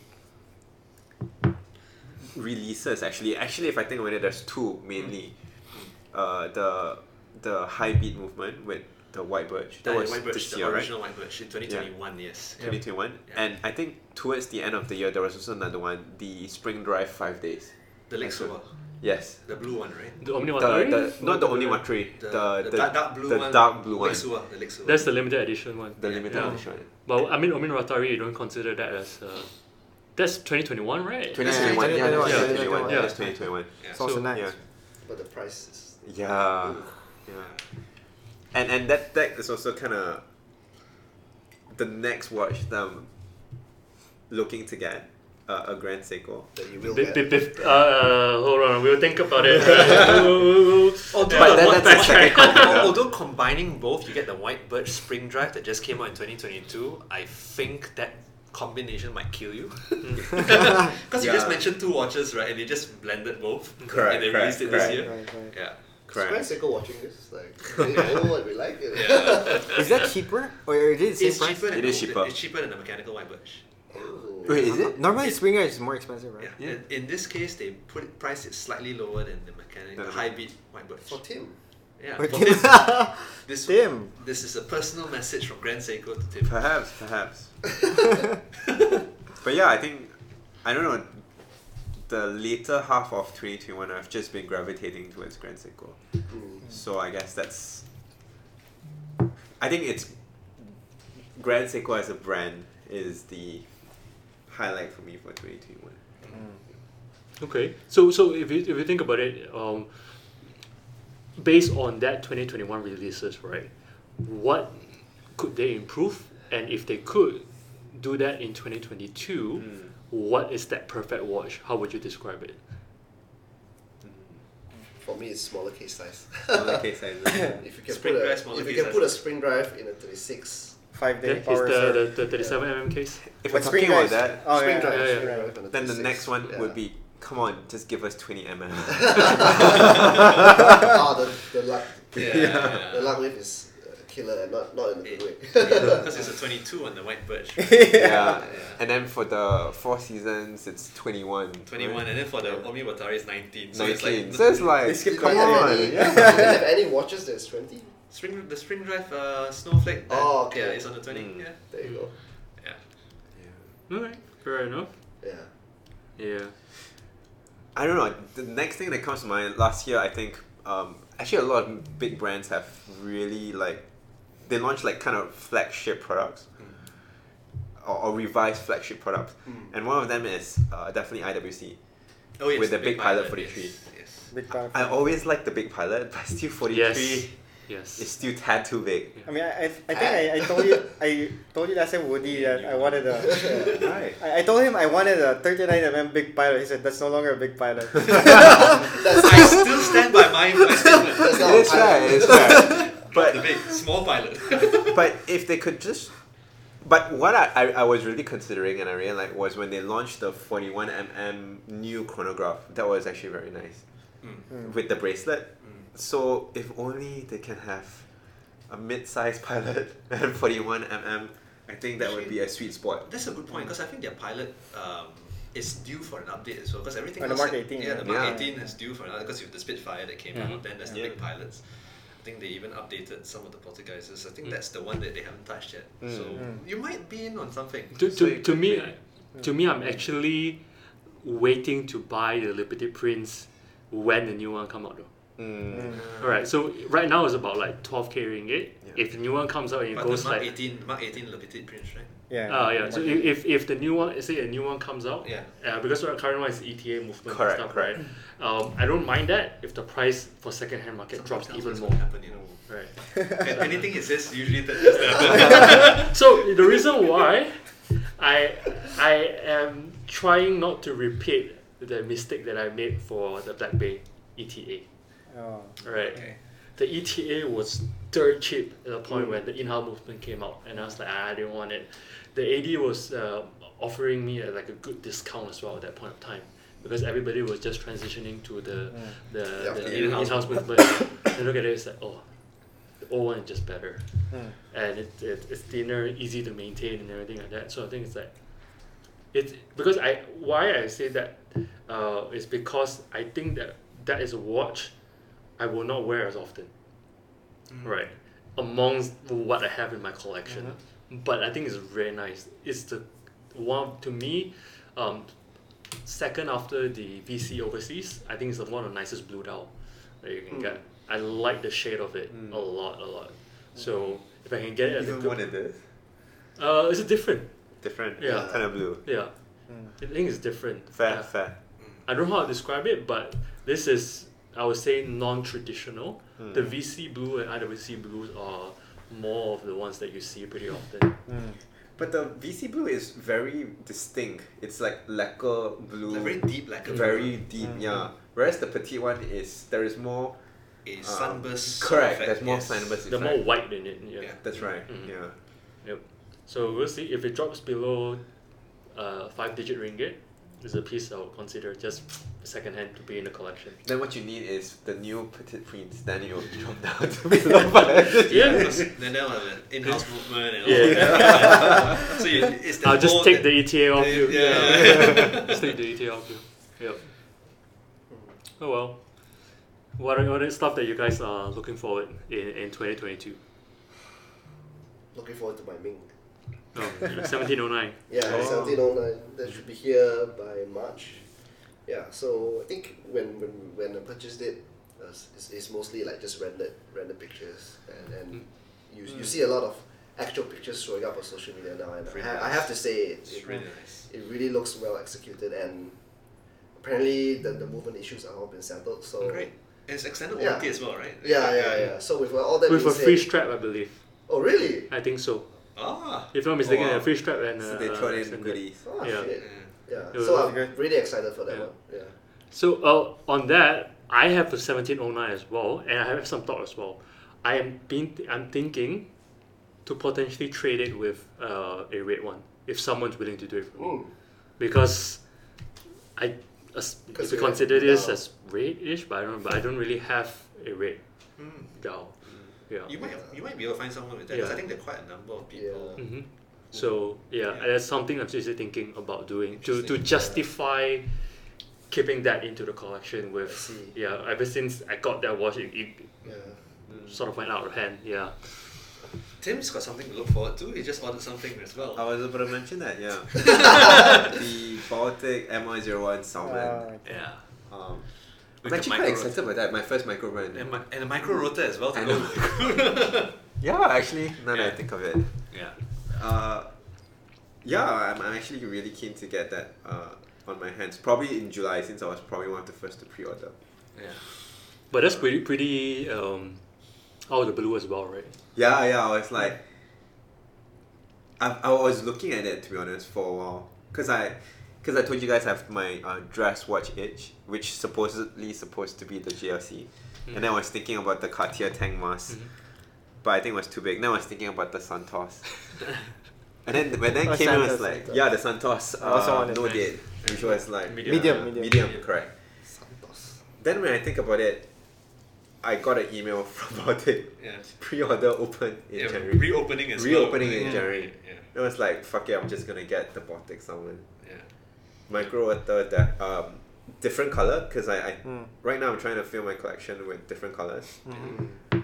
Speaker 4: releases. Actually, actually, if I think about it, there's two mainly. Uh, the the high beat movement with the White Birch. That
Speaker 6: Yeah,
Speaker 4: was
Speaker 6: White Birch,
Speaker 4: this
Speaker 6: the
Speaker 4: year, right?
Speaker 6: original White Birch in 2021, yes.
Speaker 4: 2021.
Speaker 6: Yeah.
Speaker 4: And I think towards the end of the year, there was also another one, the Spring Drive Five Days.
Speaker 6: The Lake
Speaker 4: Excellent.
Speaker 6: Silver,
Speaker 4: Yes.
Speaker 6: the blue one, right?
Speaker 1: The Omni
Speaker 4: The,
Speaker 1: Watari?
Speaker 4: the, not the only one tree. The, the,
Speaker 6: the, dark, dark blue
Speaker 4: the
Speaker 6: one.
Speaker 4: dark blue one.
Speaker 6: Lake Silver, the Lake Silver.
Speaker 1: That's the limited edition one.
Speaker 4: The limited
Speaker 1: Yeah.
Speaker 4: edition.
Speaker 1: But I mean, Omni Watari, you don't consider that as uh, that's 2021, right?
Speaker 4: 2021, yeah,
Speaker 1: yeah,
Speaker 3: 2021,
Speaker 4: yeah, 2021,
Speaker 1: yeah.
Speaker 4: that's 2021.
Speaker 6: Yeah.
Speaker 3: It's also
Speaker 1: So-
Speaker 3: nice.
Speaker 4: Yeah.
Speaker 5: But the price is.
Speaker 4: Yeah. yeah. And and that deck is also kind of the next watch that I'm looking to get uh, a Grand Seiko.
Speaker 5: That you will
Speaker 1: Bif-
Speaker 5: get.
Speaker 1: bif- bif- uh, uh, hold on, we'll think about it. We'll- we'll- we'll-
Speaker 6: Although,
Speaker 4: But that-
Speaker 6: <laughs> one-
Speaker 4: that's the second
Speaker 6: although-
Speaker 4: computer.
Speaker 6: although combining both, you get the White Birch Spring Drive that just came out in 2022. I think that combination might kill you. <laughs> Because you just
Speaker 4: Mm. Yeah.
Speaker 6: mentioned two watches, right? And they just blended both.
Speaker 4: Correct,
Speaker 6: And they
Speaker 4: correct,
Speaker 6: released it
Speaker 4: correct.
Speaker 6: this year.
Speaker 3: Right, right.
Speaker 6: Yeah.
Speaker 5: Is Grand
Speaker 4: Correct.
Speaker 5: Seiko watching this?
Speaker 4: <laughs>
Speaker 5: Like, they know what we like. you know?
Speaker 6: Yeah.
Speaker 3: Is that cheaper or is it the same
Speaker 6: It's
Speaker 3: price?
Speaker 6: cheaper, than
Speaker 4: It is
Speaker 6: the-
Speaker 4: cheaper.
Speaker 6: It's cheaper than the mechanical White Birch.
Speaker 5: Oh.
Speaker 4: Wait, is it?
Speaker 3: Normally, Springer is more expensive, right?
Speaker 6: Yeah.
Speaker 4: Yeah.
Speaker 6: In, in this case, they put it, priced it slightly lower than the mechanic,
Speaker 4: Than
Speaker 6: the
Speaker 4: the-
Speaker 6: high beat White Birch.
Speaker 5: For
Speaker 4: <laughs>
Speaker 5: Tim.
Speaker 6: Yeah.
Speaker 3: Or
Speaker 6: for
Speaker 3: <laughs> Tim.
Speaker 6: Tim, this,
Speaker 3: Tim.
Speaker 6: this is a personal message from Grand Seiko to
Speaker 4: <laughs>
Speaker 6: Tim.
Speaker 4: Perhaps, perhaps.
Speaker 5: Mm.
Speaker 4: But yeah, I think I don't know. The later half of 2021, I've just been gravitating towards Grand Seiko.
Speaker 5: Mm.
Speaker 4: So I guess that's. I think it's Grand Seiko as a brand is the highlight for me for 2021.
Speaker 1: Okay, so so if you, if you think about it, um, based on that 2021 releases, right, what could they improve? And if they could do that in 2022,
Speaker 4: Hmm.
Speaker 1: what is that perfect watch? How would you describe it?
Speaker 5: For me, it's smaller case size.
Speaker 4: Another case I
Speaker 5: <laughs> if you can
Speaker 6: Spring
Speaker 5: put a,
Speaker 6: drive, smaller
Speaker 5: if you
Speaker 6: case
Speaker 5: can
Speaker 6: size.
Speaker 5: put a spring drive in a 36
Speaker 3: five day
Speaker 1: That is
Speaker 3: power
Speaker 1: the, the,
Speaker 3: surge.
Speaker 1: the 37 mm case.
Speaker 3: Like
Speaker 4: If we're talking
Speaker 3: spring
Speaker 4: about
Speaker 3: ice.
Speaker 4: that,
Speaker 3: Oh,
Speaker 5: Spring
Speaker 3: yeah.
Speaker 5: drive,
Speaker 1: Yeah, yeah.
Speaker 5: spring drive on the
Speaker 4: then the
Speaker 5: 36.
Speaker 4: next one
Speaker 5: Yeah.
Speaker 4: would be <laughs> come on, just give us 20 <laughs> mm.
Speaker 5: <laughs> ah, the, the luck.
Speaker 6: Yeah.
Speaker 4: Yeah.
Speaker 5: The luck wave is uh, killer and not, not in a good way.
Speaker 6: Because it's
Speaker 4: <laughs>
Speaker 6: a 22 on the white birch.
Speaker 4: yeah.
Speaker 6: Yeah.
Speaker 4: And then for the four seasons, it's 21.
Speaker 6: 21, and then for the Omiwatari it's 19. So it's
Speaker 4: 19.
Speaker 6: like
Speaker 4: So it's like,
Speaker 3: They skip
Speaker 4: come
Speaker 3: quite
Speaker 5: have
Speaker 4: on.
Speaker 3: a
Speaker 5: Any,
Speaker 4: Yeah.
Speaker 5: Do they <laughs> have any watches that's 20?
Speaker 6: spring, the spring drive uh, snowflake. uh,
Speaker 5: Oh, okay.
Speaker 6: Yeah, it's on the 20.
Speaker 4: Mm.
Speaker 6: Yeah.
Speaker 5: There you go.
Speaker 6: Yeah.
Speaker 1: Alright, fair enough.
Speaker 5: Yeah.
Speaker 1: Yeah.
Speaker 4: I don't know. The next thing that comes to mind last year, I think, um, actually, a lot of big brands have really like they launched like kind of flagship products or, or revised flagship products, and one of them is uh, definitely IWC.
Speaker 6: Oh, yes,
Speaker 4: With the big pilot
Speaker 6: yes,
Speaker 4: 43.
Speaker 6: Yes.
Speaker 3: Big power.
Speaker 4: I always like the big pilot, but still forty three
Speaker 1: Yes.
Speaker 4: is
Speaker 1: Yes.
Speaker 4: still tad too big.
Speaker 3: I mean, I, I, I think I, I told you I told you last time Woody that I wanted <laughs> a.
Speaker 4: Right.
Speaker 3: I, I told him I wanted a 39 mm big pilot. He said that's no longer a big pilot.
Speaker 5: That's,
Speaker 6: I still stand by my, my
Speaker 5: That's
Speaker 6: statement.
Speaker 5: not-
Speaker 4: It's fair. It's fair.
Speaker 6: But <laughs>
Speaker 4: But
Speaker 6: the big,
Speaker 4: <laughs>
Speaker 6: small pilot. <laughs>
Speaker 4: but if they could just but what I, I, I was really considering and I realized was when they launched the 41mm new chronograph, that was actually very nice
Speaker 6: Mm.
Speaker 3: Hmm.
Speaker 4: with the bracelet.
Speaker 6: Mm.
Speaker 4: So if only they can have a mid sized <laughs> pilot and 41mm, I think that would be a sweet spot.
Speaker 6: That's a good
Speaker 1: Mm.
Speaker 6: point because I think their pilot um, is due for an update as well. Because everything
Speaker 3: Oh, the
Speaker 6: else
Speaker 3: Mark
Speaker 6: that-
Speaker 3: 18,
Speaker 6: yeah, the
Speaker 3: yeah.
Speaker 6: Mark
Speaker 4: Yeah.
Speaker 6: 18 is due for another because you have the Spitfire that came
Speaker 1: Mhm.
Speaker 6: out. Then there's the
Speaker 4: Yeah.
Speaker 6: big pilots. I think they even updated some of the Portugueses. I think
Speaker 1: Mm.
Speaker 6: that's the one that they haven't touched yet.
Speaker 4: Mm.
Speaker 6: So
Speaker 3: Mm.
Speaker 6: you might be in on something.
Speaker 1: To,
Speaker 6: So
Speaker 1: to,
Speaker 6: it
Speaker 1: to
Speaker 6: could
Speaker 1: me,
Speaker 6: be-
Speaker 1: to me, I'm actually waiting to buy the Liberty Prince when the new one come out though.
Speaker 4: Mm.
Speaker 1: Alright, so right now it's about like 12k ringgit.
Speaker 4: Yeah.
Speaker 1: If the new one comes out and it
Speaker 6: But
Speaker 1: goes
Speaker 6: the E Mark
Speaker 1: like
Speaker 6: 18, Mark 18 Levitate Prince, right?
Speaker 3: Yeah.
Speaker 1: Oh yeah. So if,
Speaker 3: <laughs>
Speaker 1: if- if the new one, say a new one comes out,
Speaker 6: Yeah.
Speaker 1: uh, because our current one is ETA movement
Speaker 4: Correct,
Speaker 1: and stuff,
Speaker 4: correct.
Speaker 1: right? Um, I don't mind that if the price for secondhand market drops
Speaker 6: Sometimes
Speaker 1: even
Speaker 6: that's
Speaker 1: more,
Speaker 6: what Happen, you know.
Speaker 1: right?
Speaker 6: and anything it says
Speaker 1: <laughs>
Speaker 6: usually that does that.
Speaker 1: so the reason why I I am trying not to repeat the mistake that I made for the Black Bay ETA,
Speaker 3: Oh.
Speaker 1: right?
Speaker 6: Okay.
Speaker 1: The ETA was dirt cheap at the point when the in-house movement came out, and I was like, "Ah, I didn't want it. The AD was uh, offering me a, like a good discount as well at that point of time because everybody was just transitioning to the the,
Speaker 5: Yeah,
Speaker 1: the,
Speaker 6: the
Speaker 1: in-house,
Speaker 6: in-house
Speaker 1: movement. and look at it, it's like, oh, the old one is just better,
Speaker 3: Hmm.
Speaker 1: and it, it, it's thinner, easy to maintain, and everything like that. So I think it's like it's because I why I say that uh, is because I think that that is a watch I will not wear as often,
Speaker 4: Mm.
Speaker 1: right? Amongst what I have in my collection,
Speaker 4: Mm-hmm.
Speaker 1: but I think it's very nice. It's the one to me, um, second after the VC overseas. I think it's the one of the nicest blue dial that you can get. I like the shade of it
Speaker 4: Mm.
Speaker 1: a lot, a lot. So if I can get it, at a
Speaker 4: Even
Speaker 1: good-
Speaker 4: one of this,
Speaker 1: uh, it's different.
Speaker 4: different
Speaker 1: Yeah.
Speaker 4: kind of blue.
Speaker 1: Yeah,
Speaker 3: Hmm.
Speaker 1: I think it's different.
Speaker 4: Fair,
Speaker 1: Yeah.
Speaker 4: fair.
Speaker 1: I don't know how to describe it, but this is I would say non-traditional. The
Speaker 4: Mm.
Speaker 1: VC blue and IWC blues are more of the ones that you see pretty often.
Speaker 3: Hmm.
Speaker 4: But the VC blue is very distinct. It's like lacquer blue.
Speaker 6: Like very deep, like a
Speaker 4: very deep,
Speaker 3: Mm.
Speaker 4: yeah. Whereas the petite one is there is more
Speaker 6: a
Speaker 4: um,
Speaker 6: sunburst.
Speaker 4: correct,
Speaker 6: effect,
Speaker 4: there's more
Speaker 6: yes.
Speaker 4: sunburst
Speaker 1: They're
Speaker 4: effect.
Speaker 1: more white in it. Yeah.
Speaker 6: Yeah.
Speaker 4: That's right.
Speaker 1: Mhm.
Speaker 4: Yeah.
Speaker 1: Yep. So we'll see if it drops below uh, five-digit ringgit. Is a piece I would consider just secondhand to be in the collection.
Speaker 4: Then what you need is the new petite prints. Then it will drop <laughs> down to below five.
Speaker 1: Yeah.
Speaker 6: <laughs> Because
Speaker 4: <laughs>
Speaker 6: then they'll have an in-house movement and all
Speaker 1: Yeah. <laughs>
Speaker 3: <laughs>
Speaker 6: that. <laughs> so you, it's the
Speaker 1: I'll just
Speaker 6: whole-
Speaker 1: take the ETA off you.
Speaker 6: Yeah.
Speaker 1: <laughs> just take the ETA off you. Yep. Oh well. What are, what is stuff that you guys are looking forward in in 2022?
Speaker 5: Looking forward to my Ming.
Speaker 1: Oh, 1709.
Speaker 5: Yeah,
Speaker 4: Oh.
Speaker 5: 1709. That should be here by March. Yeah, so I think when when, when I purchased it, uh, it's, it's mostly like just rendered rendered pictures, and, and you, you see a lot of actual pictures showing up on social media now. And I,
Speaker 6: Really
Speaker 5: ha- I
Speaker 6: nice.
Speaker 5: have to say, it,
Speaker 6: It's
Speaker 5: it,
Speaker 6: really nice.
Speaker 5: it really looks well executed, and apparently the, the movement issues are all been settled. So
Speaker 6: Great. And it's extended
Speaker 5: Yeah.
Speaker 6: warranty as well, right?
Speaker 5: Yeah, yeah, yeah. So with all that
Speaker 1: With a
Speaker 5: being said-
Speaker 1: free strap, I believe.
Speaker 5: Oh really?
Speaker 1: I think so.
Speaker 6: Ah.
Speaker 1: If not mistaken,
Speaker 4: Oh, wow.
Speaker 1: a free strap and
Speaker 4: So
Speaker 1: uh,
Speaker 4: they
Speaker 1: uh,
Speaker 4: throw in
Speaker 1: extended.
Speaker 4: goodies.
Speaker 5: Oh,
Speaker 1: Yeah.
Speaker 6: Yeah.
Speaker 5: Shit. Yeah.
Speaker 1: It was
Speaker 5: So I'm
Speaker 3: really good.
Speaker 5: really excited for that
Speaker 1: Yeah.
Speaker 5: one. Yeah.
Speaker 1: So uh, on that, I have a 1709 as well, and I have some thought as well. I am being, I'm thinking to potentially trade it with uh, a red one if someone's willing to do it for me.
Speaker 5: Mm.
Speaker 1: Because I as,
Speaker 5: Because
Speaker 1: if we
Speaker 5: you're
Speaker 1: consider this
Speaker 5: now-
Speaker 1: as red-ish, but I don't, but I don't really have a red
Speaker 6: Hmm.
Speaker 1: DAO.
Speaker 5: Mm.
Speaker 1: Yeah.
Speaker 6: You might you might be able to find someone with that. 'cause I think there are quite a number of people.
Speaker 5: Yeah.
Speaker 1: hmm So yeah,
Speaker 6: Yeah.
Speaker 1: that's something I'm seriously thinking about doing to to
Speaker 6: Interesting.
Speaker 1: justify keeping that into the collection. With
Speaker 5: I see.
Speaker 1: yeah, ever since I got that watch, it, it
Speaker 5: Yeah.
Speaker 6: Mm.
Speaker 1: sort of went out of hand. Yeah,
Speaker 6: Tim's got something to look forward to. He just ordered something as well.
Speaker 4: I was about to mention that, yeah. <laughs> the Baltic MI01
Speaker 3: Oh,
Speaker 4: Salmon.
Speaker 6: yeah.
Speaker 4: Um,
Speaker 6: With
Speaker 4: I'm
Speaker 6: the
Speaker 4: actually quite
Speaker 6: micro-
Speaker 4: excited about that. My first micro brand.
Speaker 6: And, my, and a micro rotor as well.
Speaker 4: I
Speaker 6: To
Speaker 4: know.
Speaker 6: <laughs> go.
Speaker 4: Yeah, actually, now that
Speaker 6: Yeah.
Speaker 4: I think of it.
Speaker 6: yeah.
Speaker 4: Uh, yeah, I'm, I'm actually really keen to get that uh, on my hands. Probably in July, since I was probably one of the first to pre order.
Speaker 6: Yeah.
Speaker 1: but that's pretty pretty um, out of the blue as well, right?
Speaker 4: Yeah, yeah, I was like, I, I was looking at it to be honest for a while because I, because I told you guys I have my uh, dress watch itch, which supposedly supposed to be the GLC, and then I was thinking about the Cartier Tang mask,
Speaker 1: Mm-hmm.
Speaker 6: Mm-hmm.
Speaker 1: <laughs>
Speaker 4: but I think it was too big. Then I was thinking about the Santos, and then when that
Speaker 3: Oh,
Speaker 4: came, in, I was
Speaker 3: Santos,
Speaker 4: like,
Speaker 3: Santos.
Speaker 4: yeah, the Santos,
Speaker 3: I also
Speaker 4: uh,
Speaker 3: wanted
Speaker 4: no
Speaker 1: mine.
Speaker 4: date, which was like
Speaker 6: Medium.
Speaker 4: uh,
Speaker 3: Medium, medium.
Speaker 4: medium, correct.
Speaker 3: Santos.
Speaker 4: Then when I think about it, I got an email <laughs> from about it.
Speaker 6: Yeah.
Speaker 4: Pre-order open in
Speaker 6: yeah
Speaker 4: January.
Speaker 6: reopening as well.
Speaker 4: Reopening in
Speaker 6: Yeah.
Speaker 4: January.
Speaker 6: Yeah.
Speaker 4: It was like, fuck it, I'm just gonna get the Baltic salmon.
Speaker 6: Yeah.
Speaker 4: Micro water that um different color because I, I
Speaker 3: Mm.
Speaker 4: right now I'm trying to fill my collection with different colors.
Speaker 3: Mhm.
Speaker 6: Mm-hmm.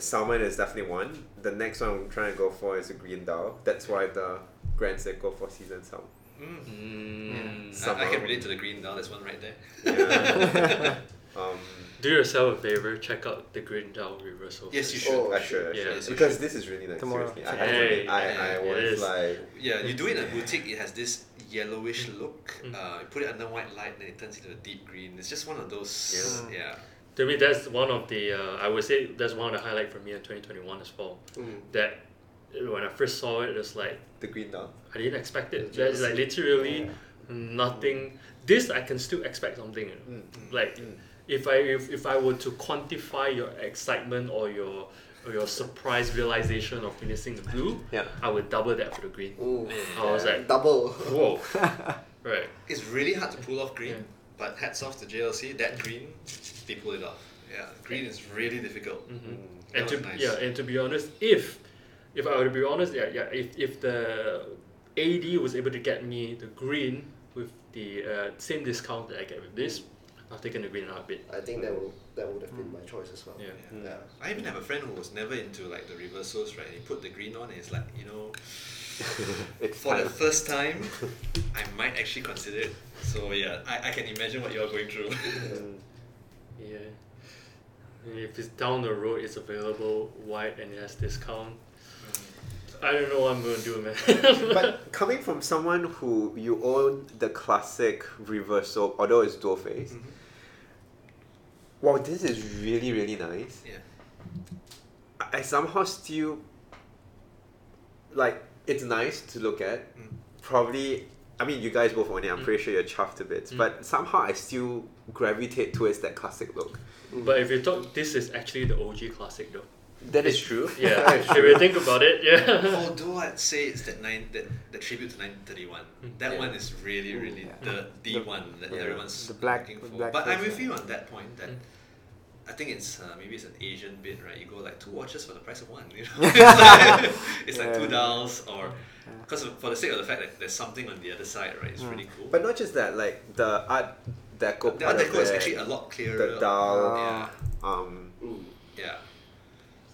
Speaker 4: Salmon is definitely one. The next one I'm trying to go for is a green dal. That's why the Grand Seiko for season salmon.
Speaker 6: Mm.
Speaker 1: Mm.
Speaker 4: So-
Speaker 6: I, I can
Speaker 4: Somehow.
Speaker 6: relate to the green now. There's one right there.
Speaker 1: <laughs>
Speaker 6: <laughs>
Speaker 4: Yeah. <laughs> Um,
Speaker 1: Do yourself a favor, check out the Green DAO reversal.
Speaker 6: Yes, you
Speaker 1: first.
Speaker 6: should.
Speaker 5: Oh,
Speaker 4: I should, I
Speaker 1: Yeah.
Speaker 4: should.
Speaker 1: Yes,
Speaker 6: you
Speaker 4: because
Speaker 6: should.
Speaker 4: this is really nice.
Speaker 3: Tomorrow.
Speaker 4: Seriously, I, I,
Speaker 1: Hey,
Speaker 4: I, I
Speaker 1: it
Speaker 4: was
Speaker 1: is.
Speaker 4: like,
Speaker 6: Yeah, you do it in a boutique. It has this yellowish look. Uh, you put it under white light, and it turns into a deep green. It's just one of those.
Speaker 3: Yeah.
Speaker 6: Yeah.
Speaker 1: To me, that's one of the uh, I would say that's one of the highlight for me in 2021 as well.
Speaker 5: Mm.
Speaker 1: That uh, when I first saw it, it was like
Speaker 4: the green dal.
Speaker 1: I didn't expect it.
Speaker 5: Just-
Speaker 1: There's like literally
Speaker 5: yeah.
Speaker 1: nothing. This I can still expect something. You know? Like if I if, if I were to quantify your excitement or your or your surprise realization of witnessing the blue,
Speaker 4: Yeah.
Speaker 1: I would double that for the green.
Speaker 5: Ooh.
Speaker 1: I was like,
Speaker 5: Double.
Speaker 1: whoa, right?
Speaker 6: It's really hard to pull off green,
Speaker 1: Yeah.
Speaker 6: but hats off to JLC. That green, they pull it off. Yeah, green is really difficult.
Speaker 1: Mhm.
Speaker 6: That
Speaker 1: And to
Speaker 6: was nice.
Speaker 1: yeah, and to be honest, if if I were to be honest, yeah, yeah, if if the AD was able to get me the green with the uh, same discount that I get with this, I've taken the green in a bit.
Speaker 5: I think that would that would have been my choice as well.
Speaker 1: Yeah.
Speaker 6: Yeah.
Speaker 5: Yeah.
Speaker 6: I even have a friend who was never into like the reversals, right? He put the green on, and it's like you know,
Speaker 4: <laughs> It's
Speaker 6: for
Speaker 4: kind
Speaker 6: the
Speaker 4: of-
Speaker 6: first
Speaker 4: <laughs>
Speaker 6: time, I might actually consider it. So yeah, I, I can imagine what you're going through. <laughs>
Speaker 4: Um, <laughs>
Speaker 1: Yeah. And if it's down the road, it's available wide and it has discount. I don't know what I'm gonna do, man.
Speaker 4: <laughs> but coming from someone who you own the classic reversal, although it's dual face,
Speaker 6: Mm-hmm.
Speaker 4: wow, this is really really nice.
Speaker 6: yeah.
Speaker 4: I- I somehow still like it's nice to look at.
Speaker 6: Mm.
Speaker 4: Probably, I mean, you guys both own
Speaker 1: Mm.
Speaker 4: it. I'm pretty sure you're chuffed to bits, but somehow I still gravitate towards that classic look.
Speaker 1: But if you talk, this is actually the OG classic though.
Speaker 4: That is <laughs> true.
Speaker 1: Yeah, if you think about it, yeah.
Speaker 6: Although I'd say it's that nine that the tribute to 1931. That
Speaker 1: Yeah.
Speaker 6: one is really, really
Speaker 3: yeah.
Speaker 6: the the,
Speaker 3: The-
Speaker 6: one that
Speaker 4: yeah.
Speaker 6: everyone's
Speaker 3: The black-
Speaker 6: looking
Speaker 3: the
Speaker 6: for.
Speaker 3: black
Speaker 6: but I'm
Speaker 3: face,
Speaker 6: with
Speaker 3: yeah.
Speaker 6: you on that point. That
Speaker 1: Mm.
Speaker 6: I think it's uh, maybe it's an Asian bit, right? You go like two watches for the price of one.
Speaker 4: <laughs>
Speaker 6: You know, it's like, it's like two
Speaker 3: Yeah.
Speaker 6: dials or because for the sake of the fact that there's something on the other side, right? It's really cool.
Speaker 4: Mm. But not just that, like the art deco
Speaker 6: the
Speaker 4: part
Speaker 6: other
Speaker 4: of
Speaker 6: is
Speaker 4: it,
Speaker 6: actually a lot clearer.
Speaker 4: the dial,
Speaker 6: Yeah,
Speaker 4: um,
Speaker 5: Mm.
Speaker 6: yeah.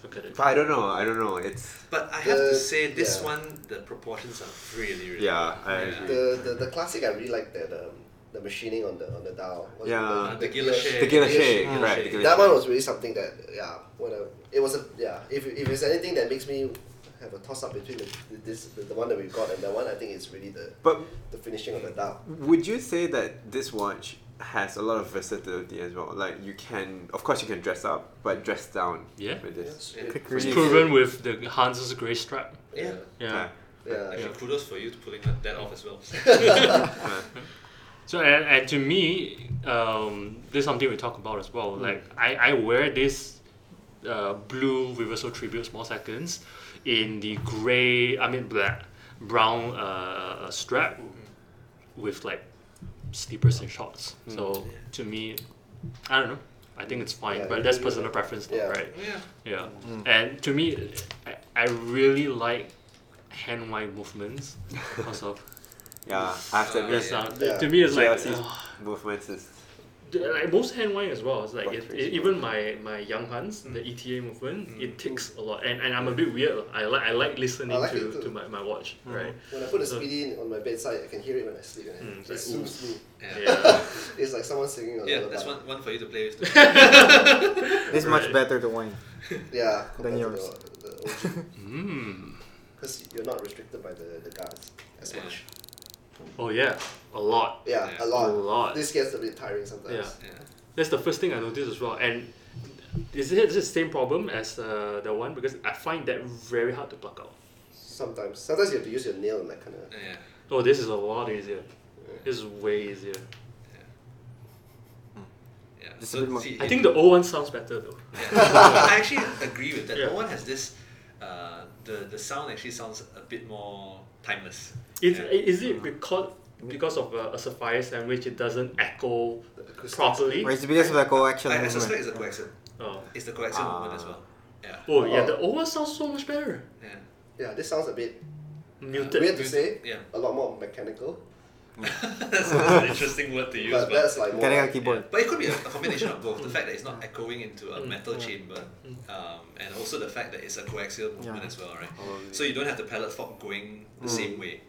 Speaker 1: Look at it.
Speaker 4: But I don't know. I don't know. It's
Speaker 6: But I have to
Speaker 5: The-
Speaker 6: say, this
Speaker 5: yeah.
Speaker 6: one the proportions are really, really.
Speaker 4: Yeah,
Speaker 6: good.
Speaker 4: I agree.
Speaker 5: The, the the classic I really like that um, the machining on the on the dial. What's it
Speaker 4: Yeah.
Speaker 5: called?
Speaker 6: Uh, the
Speaker 5: gear
Speaker 6: Gila shape.
Speaker 4: the Gila
Speaker 5: Gila
Speaker 4: Shake,
Speaker 6: Shake.
Speaker 4: right? The Gila
Speaker 5: That
Speaker 4: Shake.
Speaker 5: one was really something that yeah. When I, it was a yeah. If if it's anything that makes me have a toss up between the, this the, the one that we got and that one, I think it's really the
Speaker 4: But
Speaker 5: the finishing of the dial.
Speaker 4: would you say that this watch has a lot of versatility as well? Like you can, of course, you can dress up, but dress down.
Speaker 1: Yeah.
Speaker 4: With this.
Speaker 6: Yeah.
Speaker 3: Quick
Speaker 1: It's
Speaker 3: review.
Speaker 1: proven with the Hans's grey strap.
Speaker 5: Yeah.
Speaker 1: Yeah.
Speaker 5: Yeah.
Speaker 6: Actually, kudos for you to pulling that off as well.
Speaker 1: So and, and to me, um, this is something we talk about as well.
Speaker 6: Hmm.
Speaker 1: Like I, I wear this uh, blue reversal tribute small seconds in the gray, I mean black, brown uh, uh, strap with like sleepers and shorts.
Speaker 6: Hmm.
Speaker 1: So to me, I don't know. I think it's fine,
Speaker 5: Yeah,
Speaker 1: but that's
Speaker 5: you-
Speaker 1: personal preference, though,
Speaker 5: yeah.
Speaker 1: right?
Speaker 6: Yeah.
Speaker 1: Yeah.
Speaker 6: Hmm.
Speaker 1: And to me, I, I really like hand wide
Speaker 5: <laughs>
Speaker 1: movements because of
Speaker 4: Yeah, I have to
Speaker 6: Uh,
Speaker 4: admit,
Speaker 1: that's
Speaker 6: yeah.
Speaker 1: not-
Speaker 5: Yeah.
Speaker 1: to me it's like.
Speaker 4: GLC's
Speaker 1: oh,
Speaker 4: movements is
Speaker 1: the- like most hand wine as well. It's like
Speaker 4: Right,
Speaker 1: it,
Speaker 4: right.
Speaker 1: it- even my my young hands, the
Speaker 6: Mm.
Speaker 1: ETA movement, it takes a lot. And, and I'm a bit weird. I like I like listening
Speaker 5: I like
Speaker 1: to,
Speaker 5: it too.
Speaker 1: to my, my watch,
Speaker 6: Mm-hmm.
Speaker 1: right?
Speaker 5: When I put a
Speaker 1: So-
Speaker 5: speedy in on my bedside, I can hear it when I sleep. And
Speaker 1: Mm, it's
Speaker 5: it
Speaker 1: like,
Speaker 5: soothes me.
Speaker 6: Yeah. <laughs>
Speaker 1: Yeah.
Speaker 5: It's like someone singing a
Speaker 6: Yeah,
Speaker 5: lullaby.
Speaker 6: that's one, one for you to play
Speaker 1: <laughs>
Speaker 6: with. too.
Speaker 3: It's much
Speaker 1: Right.
Speaker 3: better to wine.
Speaker 5: Yeah, compared to
Speaker 3: yours.
Speaker 5: the, the OG.
Speaker 1: <laughs> mm.
Speaker 5: Because you're not restricted by the, the guards as
Speaker 6: Hmm. Yeah.
Speaker 5: much.
Speaker 1: Oh yeah, a lot.
Speaker 5: Yeah,
Speaker 6: Yeah.
Speaker 5: a lot.
Speaker 1: A lot.
Speaker 5: This gets a bit tiring sometimes.
Speaker 1: Yeah.
Speaker 6: Yeah.
Speaker 1: That's the first thing I noticed as well. And is it is it the same problem as uh, the one? Because I find that very hard to pluck out.
Speaker 5: Sometimes. Sometimes you have to use your nail and that kind of.
Speaker 6: Yeah.
Speaker 1: Oh, this is a lot easier. This is way easier.
Speaker 6: Yeah.
Speaker 3: Just a bit more-
Speaker 6: see,
Speaker 1: I
Speaker 6: it-
Speaker 1: think the old one sounds better though.
Speaker 6: Yeah. I actually agree with that.
Speaker 1: Yeah.
Speaker 6: No one has this. Uh, the the sound actually sounds a bit more timeless.
Speaker 1: Is,
Speaker 6: Yeah. Mm-hmm.
Speaker 1: is it because because of uh, a, a sapphire sandwich it doesn't echo
Speaker 5: acoustics.
Speaker 1: properly?
Speaker 3: Or it's because of the coaxial
Speaker 6: I, I
Speaker 3: movement.
Speaker 6: suspect it's the coaxial.
Speaker 1: Oh.
Speaker 6: It's the coaxial
Speaker 4: Ah.
Speaker 6: movement as well. Yeah.
Speaker 1: oh yeah, the old one sounds so much better.
Speaker 6: Yeah. <laughs>
Speaker 5: Yeah, this sounds a bit
Speaker 1: Muted.
Speaker 5: weird to say.
Speaker 6: yeah.
Speaker 5: A lot more mechanical.
Speaker 6: that's an interesting word to use.
Speaker 5: but that's like more.
Speaker 3: Getting a
Speaker 5: like-
Speaker 6: Yeah.
Speaker 3: keyboard.
Speaker 6: But it could be a, a combination of
Speaker 1: Mm.
Speaker 6: both. The fact that it's not echoing into a metal chamber, um, and also the fact that it's a coaxial movement
Speaker 3: Yeah.
Speaker 6: as well, right?
Speaker 3: <laughs>
Speaker 6: So you don't have the pallet fork going
Speaker 5: Mm.
Speaker 6: the same way.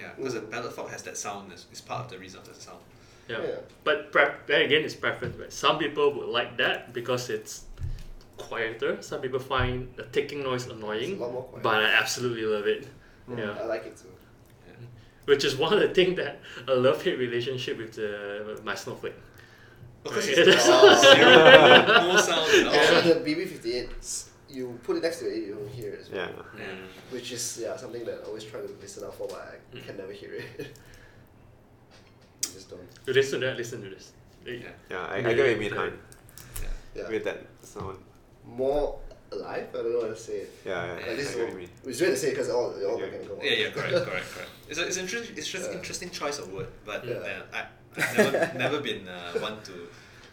Speaker 6: Yeah, because the pallet fork has that sound. It's, it's part of the reason of the sound.
Speaker 1: Yeah.
Speaker 5: Yeah.
Speaker 1: But prep then again it's preference, right? Some people would like that because it's quieter. Some people find the ticking noise annoying.
Speaker 5: It's a lot more quiet. Mm.
Speaker 1: But I absolutely love it.
Speaker 5: I
Speaker 1: Yeah.
Speaker 5: like it too.
Speaker 1: Which is one of the things that a love hate relationship with the with my snowflake.
Speaker 6: Because
Speaker 1: Right.
Speaker 6: it's <laughs> no
Speaker 5: Oh.
Speaker 6: sound, <laughs> no
Speaker 5: <laughs>
Speaker 6: sound
Speaker 5: Also,
Speaker 6: at all.
Speaker 5: the BB58, you put it next to it, you don't hear it as well.
Speaker 4: yeah.
Speaker 6: Yeah.
Speaker 5: Which is yeah something that I always try to listen out for, but I
Speaker 6: Mm.
Speaker 5: can never hear it. <laughs> you just don't.
Speaker 1: You listen to that, listen to this.
Speaker 6: Yeah.
Speaker 4: Yeah, I, I get what you mean, Han.
Speaker 5: Yeah.
Speaker 4: With that sound.
Speaker 5: More alive? I don't know how to say it.
Speaker 4: Yeah, yeah.
Speaker 5: Like
Speaker 4: I
Speaker 5: this
Speaker 4: get what
Speaker 5: is
Speaker 4: you mean.
Speaker 5: It's weird to say because all all
Speaker 4: Yeah.
Speaker 5: mechanical.
Speaker 6: Yeah, yeah, correct,
Speaker 5: <laughs>
Speaker 6: correct, correct. It's, a, it's, an interesting, it's just
Speaker 5: Yeah.
Speaker 6: interesting choice of word, but
Speaker 5: Yeah.
Speaker 6: uh, I, I've never, never been uh, one to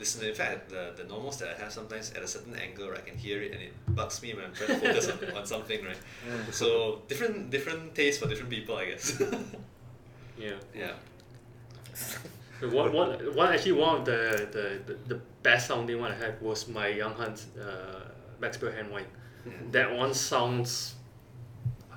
Speaker 6: listen. In fact, the, the normals that I have sometimes at a certain angle, right, I can hear it and it bugs me when I'm trying to focus
Speaker 5: <laughs>
Speaker 6: on, on something, right? So different different taste for different people, I guess. <laughs>
Speaker 1: Yeah.
Speaker 6: yeah.
Speaker 1: One, one, one, actually, one of the, the, the, the best sounding one I had was my Young Hunt's uh, Maxwell hand wine. That one sounds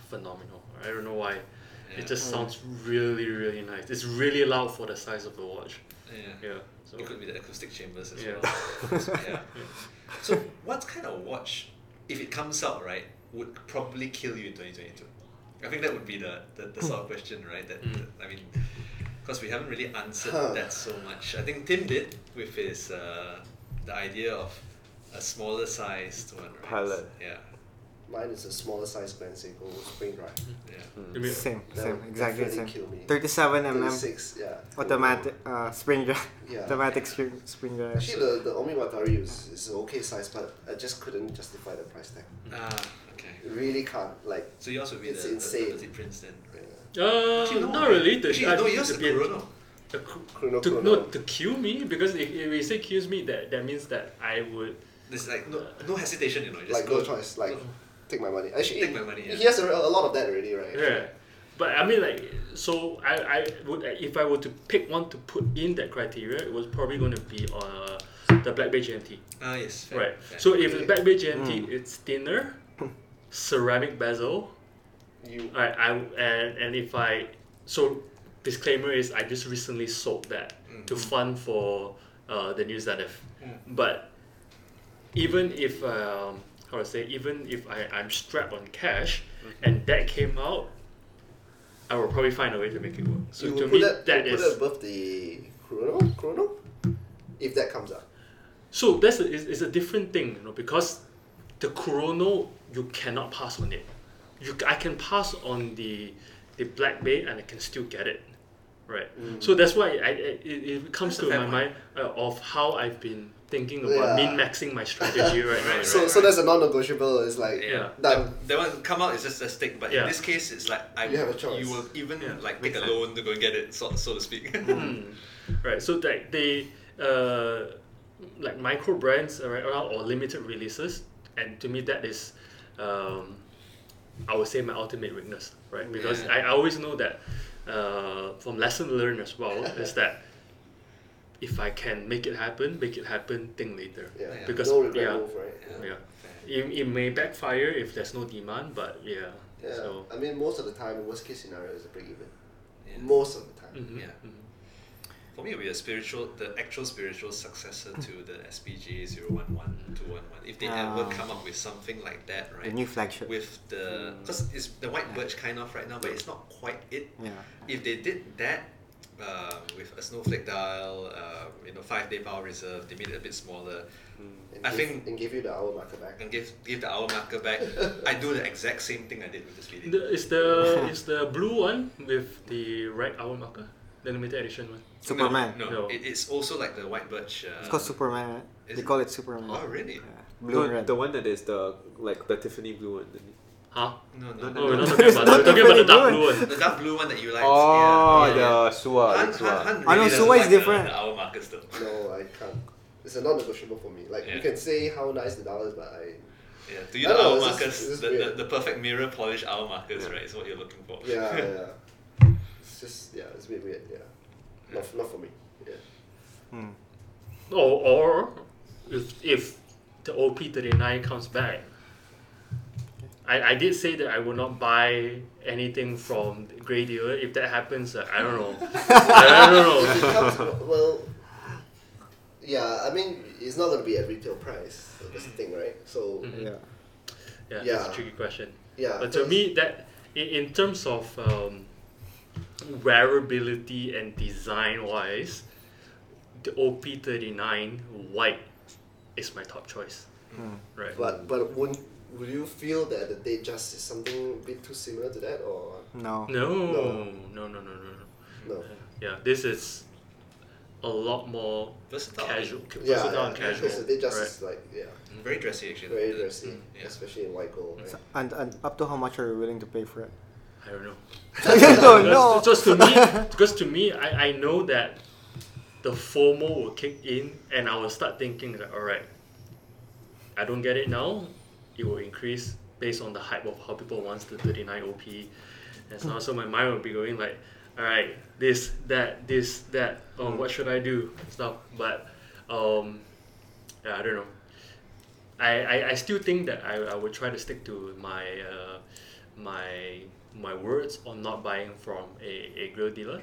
Speaker 1: phenomenal. I don't know why.
Speaker 6: Yeah.
Speaker 1: It just sounds really, really nice. It's really loud for the size of the watch.
Speaker 6: Yeah.
Speaker 1: Yeah. So,
Speaker 6: It could be the acoustic chambers as
Speaker 1: Yeah.
Speaker 6: well. So, yeah. <laughs> So, what kind of watch, if it comes out right, would probably kill you in 2022? I think that would be the, the, the sort of question, right? That,
Speaker 1: Mm.
Speaker 6: that- I mean, because we haven't really answered
Speaker 5: Huh.
Speaker 6: that so much. I think Tim did with his uh, the idea of a smaller sized one, right?
Speaker 4: Pilot.
Speaker 6: Yeah.
Speaker 5: <laughs> Mine is a smaller size Glen Seagull spring drive.
Speaker 6: Yeah.
Speaker 5: Hmm.
Speaker 1: you mean-
Speaker 3: Same,
Speaker 5: That
Speaker 3: same,
Speaker 5: would
Speaker 3: exactly the same.
Speaker 5: definitely kill me.
Speaker 3: 37 mm
Speaker 5: 36, yeah.
Speaker 3: automatic uh, spring drive.
Speaker 5: Yeah.
Speaker 3: Automatic spring, spring drive.
Speaker 5: Actually, the, the Omi Watari is, is an okay size, but I just couldn't justify the price tag.
Speaker 6: Ah, okay.
Speaker 5: Really can't. Like,
Speaker 6: So, yours would be
Speaker 5: It's
Speaker 6: the, the,
Speaker 5: insane.
Speaker 6: the Petit Prince then, right?
Speaker 1: Uh,
Speaker 6: Actually, no,
Speaker 1: not
Speaker 6: right?
Speaker 1: really. The,
Speaker 6: Actually,
Speaker 1: I
Speaker 6: no,
Speaker 1: think
Speaker 6: yours
Speaker 1: the
Speaker 6: is
Speaker 1: bit-
Speaker 6: Corona.
Speaker 1: the cu-
Speaker 5: Chrono
Speaker 1: to,
Speaker 5: Chrono.
Speaker 1: no, to kill me because if, if we say kills me, that, that means that I would.
Speaker 6: There's like no, no hesitation, you know. Just
Speaker 5: like
Speaker 6: go
Speaker 5: no choice. Like, take my money. Actually,
Speaker 6: Take my money, yeah.
Speaker 5: He has a, a lot of that already, right?
Speaker 1: Yeah, but I mean, like, so I, I would if I were to pick one to put in that criteria, it was probably going to be uh, the Black Bay GMT,
Speaker 6: Ah, yes. fair,
Speaker 1: right?
Speaker 6: fair.
Speaker 1: So if the Black Bay GMT, it's thinner, ceramic bezel.
Speaker 5: You,
Speaker 1: All right, I and and if I so disclaimer is I just recently sold that
Speaker 5: Mm.
Speaker 1: to fund for uh, the new ZF, but even if um, how to say even if I I'm strapped on cash
Speaker 5: Mm.
Speaker 1: and that came out, I will probably find a way to make it work. So
Speaker 5: you
Speaker 1: to
Speaker 5: would
Speaker 1: me
Speaker 5: put that,
Speaker 1: that
Speaker 5: you would
Speaker 1: is
Speaker 5: put it above the Chrono? Chrono? If that comes up.
Speaker 1: so that's a, is, is a different thing, you know, because the Corona you cannot pass on it. You c- I can pass on the the Black Bay and I can still get it, right? So that's why I, I it, it comes
Speaker 6: Mm. That's a
Speaker 1: to
Speaker 6: fair
Speaker 1: my
Speaker 6: point.
Speaker 1: mind uh, of how I've been thinking about
Speaker 5: Yeah.
Speaker 1: min maxing my strategy right now.
Speaker 6: Right,
Speaker 5: so,
Speaker 6: right,
Speaker 5: so
Speaker 6: right.
Speaker 5: that's a non-negotiable. It's like
Speaker 1: Yeah.
Speaker 5: done.
Speaker 6: That one come out is just a stick, but
Speaker 1: Yeah.
Speaker 6: in this case, it's like I
Speaker 5: You have a choice.
Speaker 6: you will even
Speaker 1: Yeah,
Speaker 6: like
Speaker 1: makes
Speaker 6: take a
Speaker 1: sense.
Speaker 6: loan to go and get it, so, so to speak. <laughs>
Speaker 1: Mm. Right. So like they uh, like micro brands uh, right, or, or limited releases, and to me that is, um, I would say my ultimate weakness, right? Because
Speaker 6: Yeah.
Speaker 1: I, I always know that uh, from lesson learned as
Speaker 5: <laughs>
Speaker 1: well is that if I can make it happen, make it happen. Think later.
Speaker 5: Yeah.
Speaker 6: Yeah.
Speaker 1: Because
Speaker 5: no regret
Speaker 1: yeah,
Speaker 5: move, right?
Speaker 6: Yeah.
Speaker 1: yeah. It, it may backfire if there's no demand, but yeah.
Speaker 5: Yeah.
Speaker 1: So.
Speaker 5: I mean, most of the time, worst case scenario is a break even.
Speaker 6: Yeah.
Speaker 5: Most of the time.
Speaker 1: mhm,
Speaker 6: Yeah.
Speaker 1: mhm.
Speaker 6: For me, it would be a spiritual, the actual spiritual successor to the SPG 011211. If they ever
Speaker 3: Ah.
Speaker 6: come up with something like that, right?
Speaker 3: The new flagship.
Speaker 6: With the. Because it's the white birch kind of right now, but it's not quite it.
Speaker 3: Yeah.
Speaker 6: If they did that uh, with a snowflake dial, uh, you know, five day power reserve, they made it a bit smaller,
Speaker 4: Mm.
Speaker 5: And
Speaker 6: I
Speaker 5: give,
Speaker 6: think-
Speaker 5: and give you the hour marker back.
Speaker 6: and give, give the hour marker back, I do the exact same thing I did with this video.
Speaker 1: The, is the is the blue one with the right hour marker, the limited edition one?
Speaker 3: Superman.
Speaker 6: No, no.
Speaker 1: No.
Speaker 6: It, it's also like the white birch. Uh,
Speaker 3: It's called Superman, right?
Speaker 6: is
Speaker 3: They
Speaker 6: it?
Speaker 3: call it Superman.
Speaker 6: Oh, really?
Speaker 3: Yeah. Blue and
Speaker 4: no,
Speaker 3: red.
Speaker 4: the one that is the like the Tiffany blue one.
Speaker 1: Huh?
Speaker 6: No,
Speaker 4: No,
Speaker 6: no,
Speaker 1: Oh,
Speaker 4: no,
Speaker 1: we're
Speaker 4: no.
Speaker 1: not talking about that. We're talking about the dark blue one.
Speaker 6: The dark blue one that you like.
Speaker 4: Oh,
Speaker 6: yeah, yeah,
Speaker 4: the
Speaker 6: yeah.
Speaker 4: Sua.
Speaker 6: Han,
Speaker 4: the
Speaker 6: Han,
Speaker 4: Sua.
Speaker 6: Han
Speaker 3: I know
Speaker 6: really doesn't
Speaker 3: Suwa is
Speaker 6: like the-
Speaker 3: different.
Speaker 6: The hour markers though.
Speaker 5: No, I can't. It's a non-negotiable for me. Like
Speaker 6: Yeah.
Speaker 5: you can say how nice the dial is, but I
Speaker 6: Yeah, to you
Speaker 5: I
Speaker 6: the
Speaker 5: don't know,
Speaker 6: hour
Speaker 5: it's just-
Speaker 6: markers,
Speaker 5: it's just
Speaker 6: the, the,
Speaker 5: weird.
Speaker 6: the perfect mirror polish hour markers,
Speaker 4: Yeah.
Speaker 6: right? Is what you're looking for.
Speaker 5: yeah,
Speaker 6: <laughs>
Speaker 5: yeah. It's just yeah, it's a bit weird. Yeah, not not for me. Yeah.
Speaker 3: Hmm.
Speaker 1: Or, Oh, or if, if the OP39 comes back, I, I did say that I will not buy anything from the Grey Dealer. If that happens, uh, I don't know. I
Speaker 5: If
Speaker 1: don't
Speaker 5: it
Speaker 1: know.
Speaker 5: comes- <laughs> well, yeah. I mean, it's not gonna be at retail price. So that's the thing, right? So
Speaker 1: Mhm.
Speaker 6: Mm-hmm.
Speaker 3: <laughs> Yeah.
Speaker 1: Yeah, that's a
Speaker 5: Yeah.
Speaker 1: tricky question.
Speaker 5: yeah.
Speaker 1: But to
Speaker 5: that's-
Speaker 1: me, that in, in terms of um, wearability and design wise, the OP39 white is my top choice.
Speaker 3: Hmm.
Speaker 1: Right.
Speaker 5: but but would would you feel that the date just is something a bit too similar to that, or
Speaker 3: No.
Speaker 1: no, no,
Speaker 5: No.
Speaker 1: no, no, no, no.
Speaker 5: no?
Speaker 1: Yeah, this is a lot more
Speaker 6: Versatile.
Speaker 1: casual, ca-
Speaker 5: Yeah,
Speaker 1: versatile
Speaker 5: yeah,
Speaker 1: and casual.
Speaker 5: Because the date just
Speaker 1: right.
Speaker 5: is like yeah,
Speaker 6: Very dressy actually. the-
Speaker 5: very
Speaker 6: the-
Speaker 5: dressy,
Speaker 6: mm, yeah.
Speaker 5: especially in white gold. Right?
Speaker 3: So- and, and up to how much are you willing to pay for it?
Speaker 1: I don't know.
Speaker 6: <laughs>
Speaker 3: you don't
Speaker 5: <laughs>
Speaker 3: know.
Speaker 1: Because, because to me, because to me, I, I know that the FOMO will kick in, and I will start thinking that all right, I don't get it now. It will increase based on the hype of how people wants the thirty nine OP, and so, on. so my mind will be going like, all right, this, that, this, that. Oh, what should I do? Stuff, but um, yeah, I don't know. I, I, I still think that I, I would try to stick to my uh, my my words on not buying from a, a grill dealer.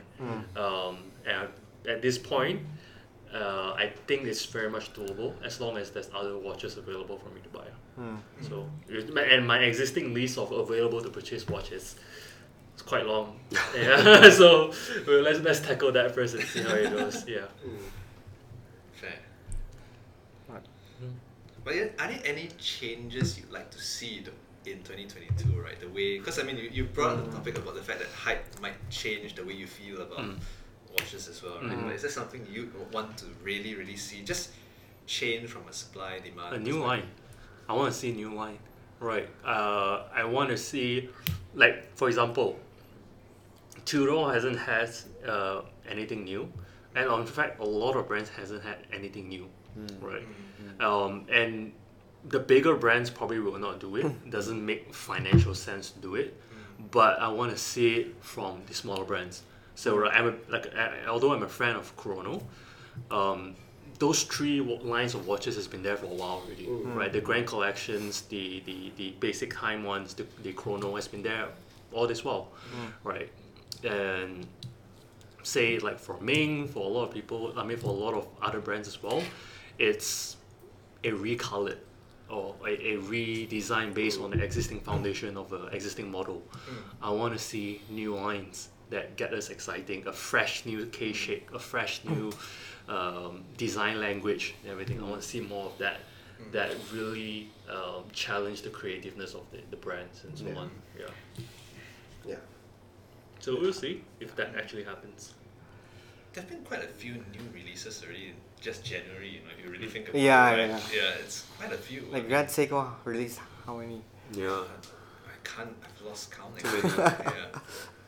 Speaker 1: Um, and at this point, uh, I think it's very much doable as long as there's other watches available for me to buy.
Speaker 3: Hmm.
Speaker 1: So it- my- and my existing list of available to purchase watches is quite long. Yeah. <laughs> so well, let's let's tackle that first and see how it goes. Yeah.
Speaker 5: Mm,
Speaker 6: Fair.
Speaker 3: Right.
Speaker 1: Mm-hmm.
Speaker 6: But yeah, are there any changes you'd like to see though, in 2022, right? The way, because I mean, you, you brought up the topic about the fact that hype might change the way you feel about
Speaker 1: Mm.
Speaker 6: watches as well, right?
Speaker 1: Mm.
Speaker 6: But is there something you would want to really, really see? Just change from a supply demand.
Speaker 1: A new
Speaker 6: perspective?
Speaker 1: line. I want to see new line. Right. Uh, I want to see, like for example, Tudor hasn't had uh, anything new, and in fact, a lot of brands hasn't had anything new. Right. Um, and the bigger brands probably will not do <laughs> it. Doesn't make financial sense to do it. But I want to see it from the smaller brands. So right, I'm a, like I, I- although I'm a fan of Chrono, um, those three wa- lines of watches has been there for a while already, right? The Grand Collections, the the, the basic time ones, the, the Chrono has been there all this while, right? And say like for Ming, for a lot of people, I mean for a lot of other brands as well, it's a recolored or a, a redesign based on the existing foundation of an existing model.
Speaker 6: Hmm.
Speaker 1: I want to see new lines that get us exciting, a fresh new K shape, a fresh new um, design language, and everything. I want to see more of that. That really um, challenge the creativeness of the, the brands and so
Speaker 5: Yeah.
Speaker 1: on. Yeah.
Speaker 5: Yeah.
Speaker 1: So we'll see if that actually happens.
Speaker 6: there have been quite a few new releases already in just January, you know, if you
Speaker 1: Mm.
Speaker 6: really think about
Speaker 3: Yeah,
Speaker 6: it. right?
Speaker 3: yeah.
Speaker 6: Yeah, it's quite a few.
Speaker 3: Like Grand Seiko released how many?
Speaker 4: Yeah.
Speaker 6: I can't, I've lost count.
Speaker 4: Too many.
Speaker 6: actually. <laughs> yeah.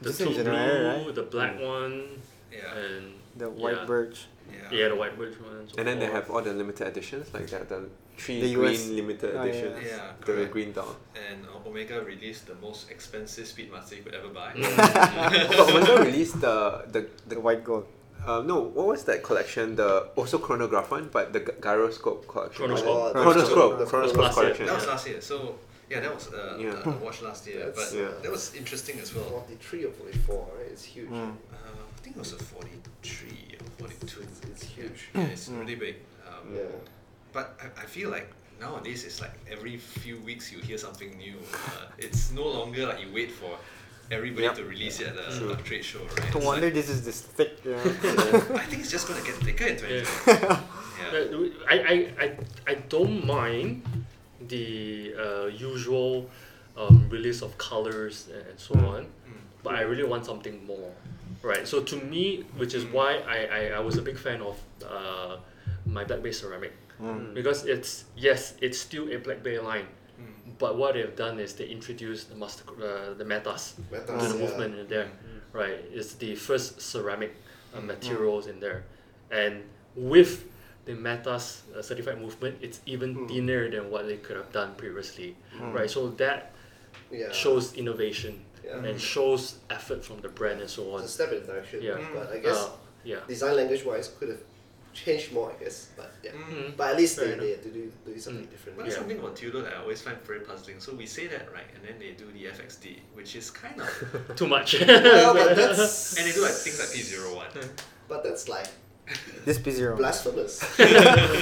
Speaker 1: The
Speaker 3: <laughs> Just in
Speaker 1: two
Speaker 3: general,
Speaker 1: blue,
Speaker 3: right?
Speaker 1: the black one,
Speaker 6: Yeah.
Speaker 1: and
Speaker 3: The white
Speaker 1: yeah.
Speaker 3: birch.
Speaker 6: Yeah.
Speaker 1: Yeah, the white birch one. so
Speaker 4: And then they
Speaker 1: forth.
Speaker 4: have all the limited editions, like the, the three
Speaker 3: The
Speaker 4: green
Speaker 3: US
Speaker 4: limited
Speaker 3: oh, yeah.
Speaker 4: editions.
Speaker 6: Yeah,
Speaker 4: the
Speaker 6: correct.
Speaker 4: green
Speaker 6: <laughs>
Speaker 4: dot.
Speaker 6: And Omega released the most expensive Speedmaster you could ever buy.
Speaker 4: <laughs> but Omega released the the,
Speaker 3: The,
Speaker 4: the
Speaker 3: white gold.
Speaker 4: um, no, what was that collection? The also chronograph one, but the gy- gyroscope collection.
Speaker 1: Chronoscope.
Speaker 4: Oh,
Speaker 2: Chronoscope.
Speaker 4: Chronoscope. The Chronoscope
Speaker 1: Plus, yeah.
Speaker 4: collection.
Speaker 6: <laughs> That was
Speaker 1: Yeah.
Speaker 6: last year. So yeah, that was uh,
Speaker 4: Yeah.
Speaker 6: a- a watch last year.
Speaker 2: That's-
Speaker 6: but
Speaker 4: yeah.
Speaker 6: that was interesting as well.
Speaker 5: 43 or 44, right? It's huge.
Speaker 3: Mm.
Speaker 6: Uh, I think it was a 43 or 42.
Speaker 5: It's, it's huge.
Speaker 6: Yeah, it's really big. Um,
Speaker 5: Yeah.
Speaker 6: But I, I feel like nowadays it's like every few weeks you hear something new. Uh, it's no longer like you wait for everybody
Speaker 4: Yep.
Speaker 6: to release it at a,
Speaker 4: True.
Speaker 6: a trade show, right?
Speaker 3: No
Speaker 6: It's
Speaker 3: wonder
Speaker 6: like-
Speaker 3: this is this thick. Yeah.
Speaker 6: <laughs> I
Speaker 3: <laughs>
Speaker 6: think it's just gonna get thicker in 2020. Yeah.
Speaker 1: Uh, I, I, I, I don't mind the uh, usual um, release of colors and, and so on,
Speaker 6: Mm,
Speaker 1: but I really want something more, right? So to me, which is why I, I, I was a big fan of uh, my Black Bay ceramic
Speaker 3: Hmm.
Speaker 6: <laughs>
Speaker 1: because it's yes, it's still a Black Bay line.
Speaker 6: mm.
Speaker 1: But what they've done is they introduced the master, uh, the metas, to
Speaker 5: Metas,
Speaker 1: the
Speaker 5: yeah.
Speaker 1: movement in there,
Speaker 6: Mm.
Speaker 1: right? It's the first ceramic uh, materials in there, and with the metas uh, certified movement, it's even
Speaker 5: Mm.
Speaker 1: thinner than what they could have done previously, right? So that
Speaker 5: Yeah.
Speaker 1: shows innovation
Speaker 5: Yeah.
Speaker 1: and shows effort from the brand and so on.
Speaker 5: It's a step in the direction.
Speaker 1: Yeah.
Speaker 5: But I guess
Speaker 1: Uh, yeah.
Speaker 5: design language wise could have changed more, I guess. But yeah.
Speaker 6: Mm.
Speaker 5: But at least
Speaker 1: Mm-hmm. Fair enough. Mm.
Speaker 5: they, they had to do, do something different.
Speaker 6: But that's
Speaker 1: Yeah.
Speaker 6: something about Tudor that I always find very puzzling. So we say that, right, and then they do the FXD, which is kind of.
Speaker 1: Too much.
Speaker 5: <laughs> Well, but
Speaker 1: <laughs>
Speaker 5: that's,
Speaker 6: and they do like things like P01.
Speaker 5: But that's like
Speaker 3: this P zero.
Speaker 1: <laughs>
Speaker 5: blasphemous.
Speaker 6: <laughs>
Speaker 5: <laughs>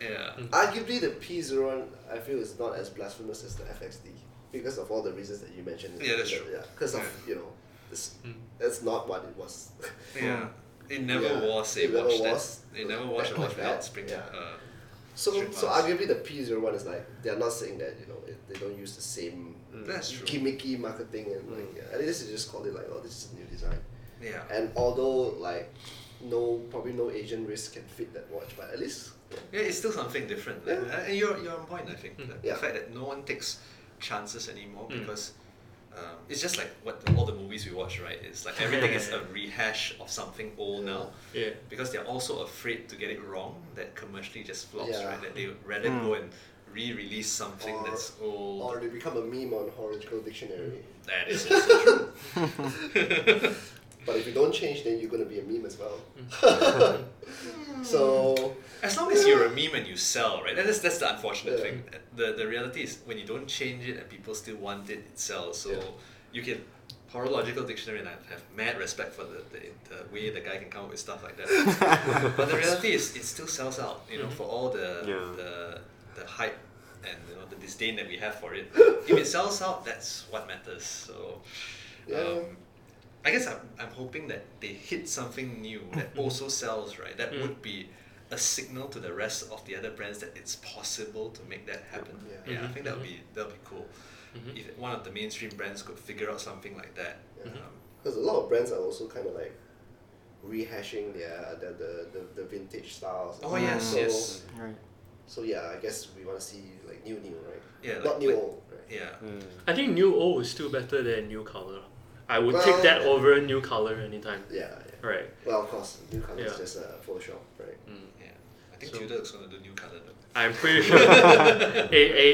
Speaker 6: Yeah.
Speaker 5: Hmm. Arguably, the P01 I feel is not as blasphemous as the FXD because of all the reasons that you mentioned.
Speaker 6: Yeah, that's true.
Speaker 5: Yeah, because of
Speaker 6: Yeah.
Speaker 5: you know, this,
Speaker 1: Mm.
Speaker 5: that's not what it was.
Speaker 6: Yeah. It never
Speaker 5: Yeah.
Speaker 6: was a
Speaker 5: It never
Speaker 6: watch that.
Speaker 5: was.
Speaker 6: They never
Speaker 5: That
Speaker 6: watched a
Speaker 5: much
Speaker 6: watch without
Speaker 5: bad.
Speaker 6: spring.
Speaker 5: Yeah.
Speaker 6: Uh,
Speaker 5: so,
Speaker 6: Strip
Speaker 5: so
Speaker 6: us.
Speaker 5: arguably, the P01 is like they're not saying that you know it, they don't use the same
Speaker 6: Mm, That's true. Mm.
Speaker 5: gimmicky marketing and like yeah, at least you just call it like oh this is a new design.
Speaker 6: yeah.
Speaker 5: And although like no probably no Asian wrist can fit that watch, but at least
Speaker 6: Yeah, it's still something different.
Speaker 5: Yeah.
Speaker 6: And- And you're, you're on point, I think. The- The
Speaker 5: Yeah.
Speaker 6: fact that no one takes chances anymore
Speaker 1: Mm.
Speaker 6: because um, it's just like what the, all the movies we watch, right? It's like everything is a rehash of something old now.
Speaker 1: yeah.
Speaker 6: Because they're also afraid to get it wrong, that commercially just flops,
Speaker 5: Yeah.
Speaker 6: right? That they would rather go and re release something
Speaker 5: Or-
Speaker 6: that's old.
Speaker 5: or they become a meme on Horological Dictionary.
Speaker 6: That
Speaker 5: <laughs>
Speaker 6: is also true.
Speaker 5: But if you don't change, then you're gonna be a meme as well. <laughs> so
Speaker 6: Mm. As long as you're a meme and you sell, right? That is, that's the unfortunate
Speaker 5: Yeah.
Speaker 6: thing. The, the reality is when you don't change it and people still want it, it sells. So
Speaker 5: Yeah.
Speaker 6: you can. Horological dictionary, and I have mad respect for the, the, the way the guy can come up with stuff like that. but the reality is, it still sells out, you know, for all the,
Speaker 4: Yeah.
Speaker 6: the the hype and you know the disdain that we have for it. if it sells out, that's what matters. So,
Speaker 5: Yeah.
Speaker 6: um, I guess I'm, I'm hoping that they hit something new that also sells, right? That
Speaker 1: Mm.
Speaker 6: would be a signal to the rest of the other brands that it's possible to make that happen.
Speaker 5: Yeah.
Speaker 6: I think that would
Speaker 1: Mhm.
Speaker 6: be that would be cool.
Speaker 1: Mm-hmm.
Speaker 6: If one of the mainstream brands could figure out something like that.
Speaker 5: Yeah.
Speaker 6: Um,
Speaker 5: Because a lot of brands are also kind of like rehashing their the, the, the, the vintage styles.
Speaker 6: oh yes,
Speaker 5: so,
Speaker 6: yes.
Speaker 3: Right.
Speaker 5: So yeah, I guess we want to see like new new, right?
Speaker 6: Yeah,
Speaker 5: Not
Speaker 6: like-
Speaker 5: new
Speaker 6: like-
Speaker 5: old. Right?
Speaker 6: Yeah.
Speaker 1: I think new old is still better than new color. I would
Speaker 5: Well-
Speaker 1: take that over new color anytime.
Speaker 5: Yeah, yeah.
Speaker 1: Right.
Speaker 5: Well, of course, new color is
Speaker 1: Yeah.
Speaker 5: just uh, Photoshop, right?
Speaker 6: Yeah. I think
Speaker 1: So-
Speaker 6: Tudor is gonna do new colour
Speaker 1: Mm.
Speaker 6: though.
Speaker 1: I'm
Speaker 5: <laughs>
Speaker 6: <laughs>
Speaker 1: pretty sure a, a,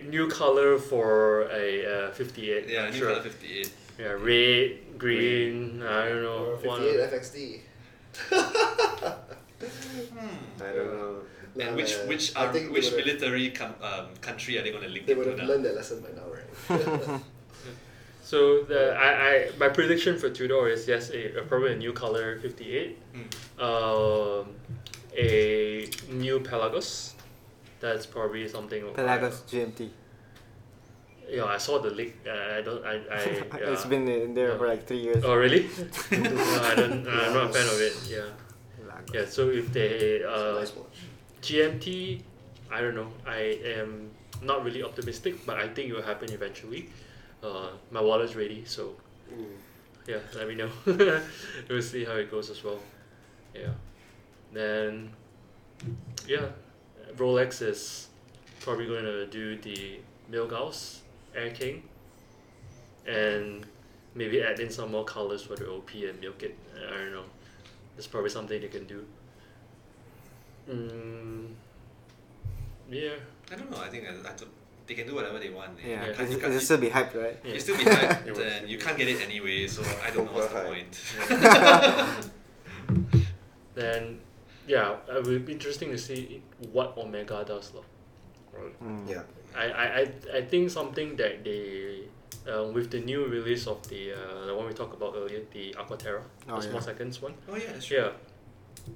Speaker 1: a new color for a uh, 58.
Speaker 6: Yeah,
Speaker 1: I'm
Speaker 6: new
Speaker 1: sure.
Speaker 6: colour fifty eight.
Speaker 1: Yeah, red, green, I don't know.
Speaker 5: Or
Speaker 1: one
Speaker 5: 58 FXD. <laughs>
Speaker 4: I don't know.
Speaker 5: Nah,
Speaker 6: And which
Speaker 5: man,
Speaker 6: which
Speaker 5: Hmm. Uh, I
Speaker 6: are,
Speaker 5: think they
Speaker 6: which
Speaker 5: would've-
Speaker 6: military com- um, country are they gonna link
Speaker 5: They
Speaker 6: it
Speaker 5: would
Speaker 6: to
Speaker 5: have
Speaker 6: now?
Speaker 5: learned their lesson by now,
Speaker 1: <laughs>
Speaker 5: right?
Speaker 1: So the I, I my prediction for Tudor is yes, a, a probably a new color 58,
Speaker 6: Hmm.
Speaker 1: um, a new Pelagos. That's probably something.
Speaker 3: Pelagos GMT.
Speaker 1: Yeah, I saw the leak. Uh, I don't. I.
Speaker 3: <laughs>
Speaker 1: I yeah.
Speaker 3: it's been in there for like three years.
Speaker 1: Oh
Speaker 3: <laughs>
Speaker 1: really? <laughs> no, I don't. I'm not a fan of it. Yeah.
Speaker 3: Pelagos.
Speaker 1: Yeah. So if they
Speaker 5: It's a
Speaker 1: uh,
Speaker 5: nice watch.
Speaker 1: GMT, I don't know. I am not really optimistic, but I think it will happen eventually. Uh, my wallet's ready, so
Speaker 5: Mm.
Speaker 1: yeah, let me know. <laughs> we'll see how it goes as well. Yeah. Then, yeah, Rolex is probably going to do the Milgauss Air King and maybe add in some more colors for the OP and milk it. I don't know. It's probably something they can do. Mm, yeah.
Speaker 6: I don't know. I think uh, I, I don't, they can do whatever they want.
Speaker 3: Yeah,
Speaker 6: eh. You
Speaker 1: Yeah.
Speaker 6: can't- you
Speaker 3: It'll,
Speaker 6: can't-
Speaker 3: it'll still be hyped, right?
Speaker 1: Yeah.
Speaker 6: You still
Speaker 3: <laughs>
Speaker 6: be
Speaker 1: <laughs> It
Speaker 6: hyped,
Speaker 1: will.
Speaker 6: and you can't get it anyway. So I don't know what's the
Speaker 4: Overhyped.
Speaker 6: <laughs> point.
Speaker 1: Then, yeah, it would be interesting to see what Omega does. lah.
Speaker 3: Mm.
Speaker 5: Yeah.
Speaker 1: I, I, I, I think something that they, uh, with the new release of the, uh, the one we talked about earlier, the Aquaterra,
Speaker 3: Oh,
Speaker 1: the small
Speaker 3: yeah.
Speaker 1: seconds one.
Speaker 6: oh yeah, that's true.
Speaker 1: Yeah.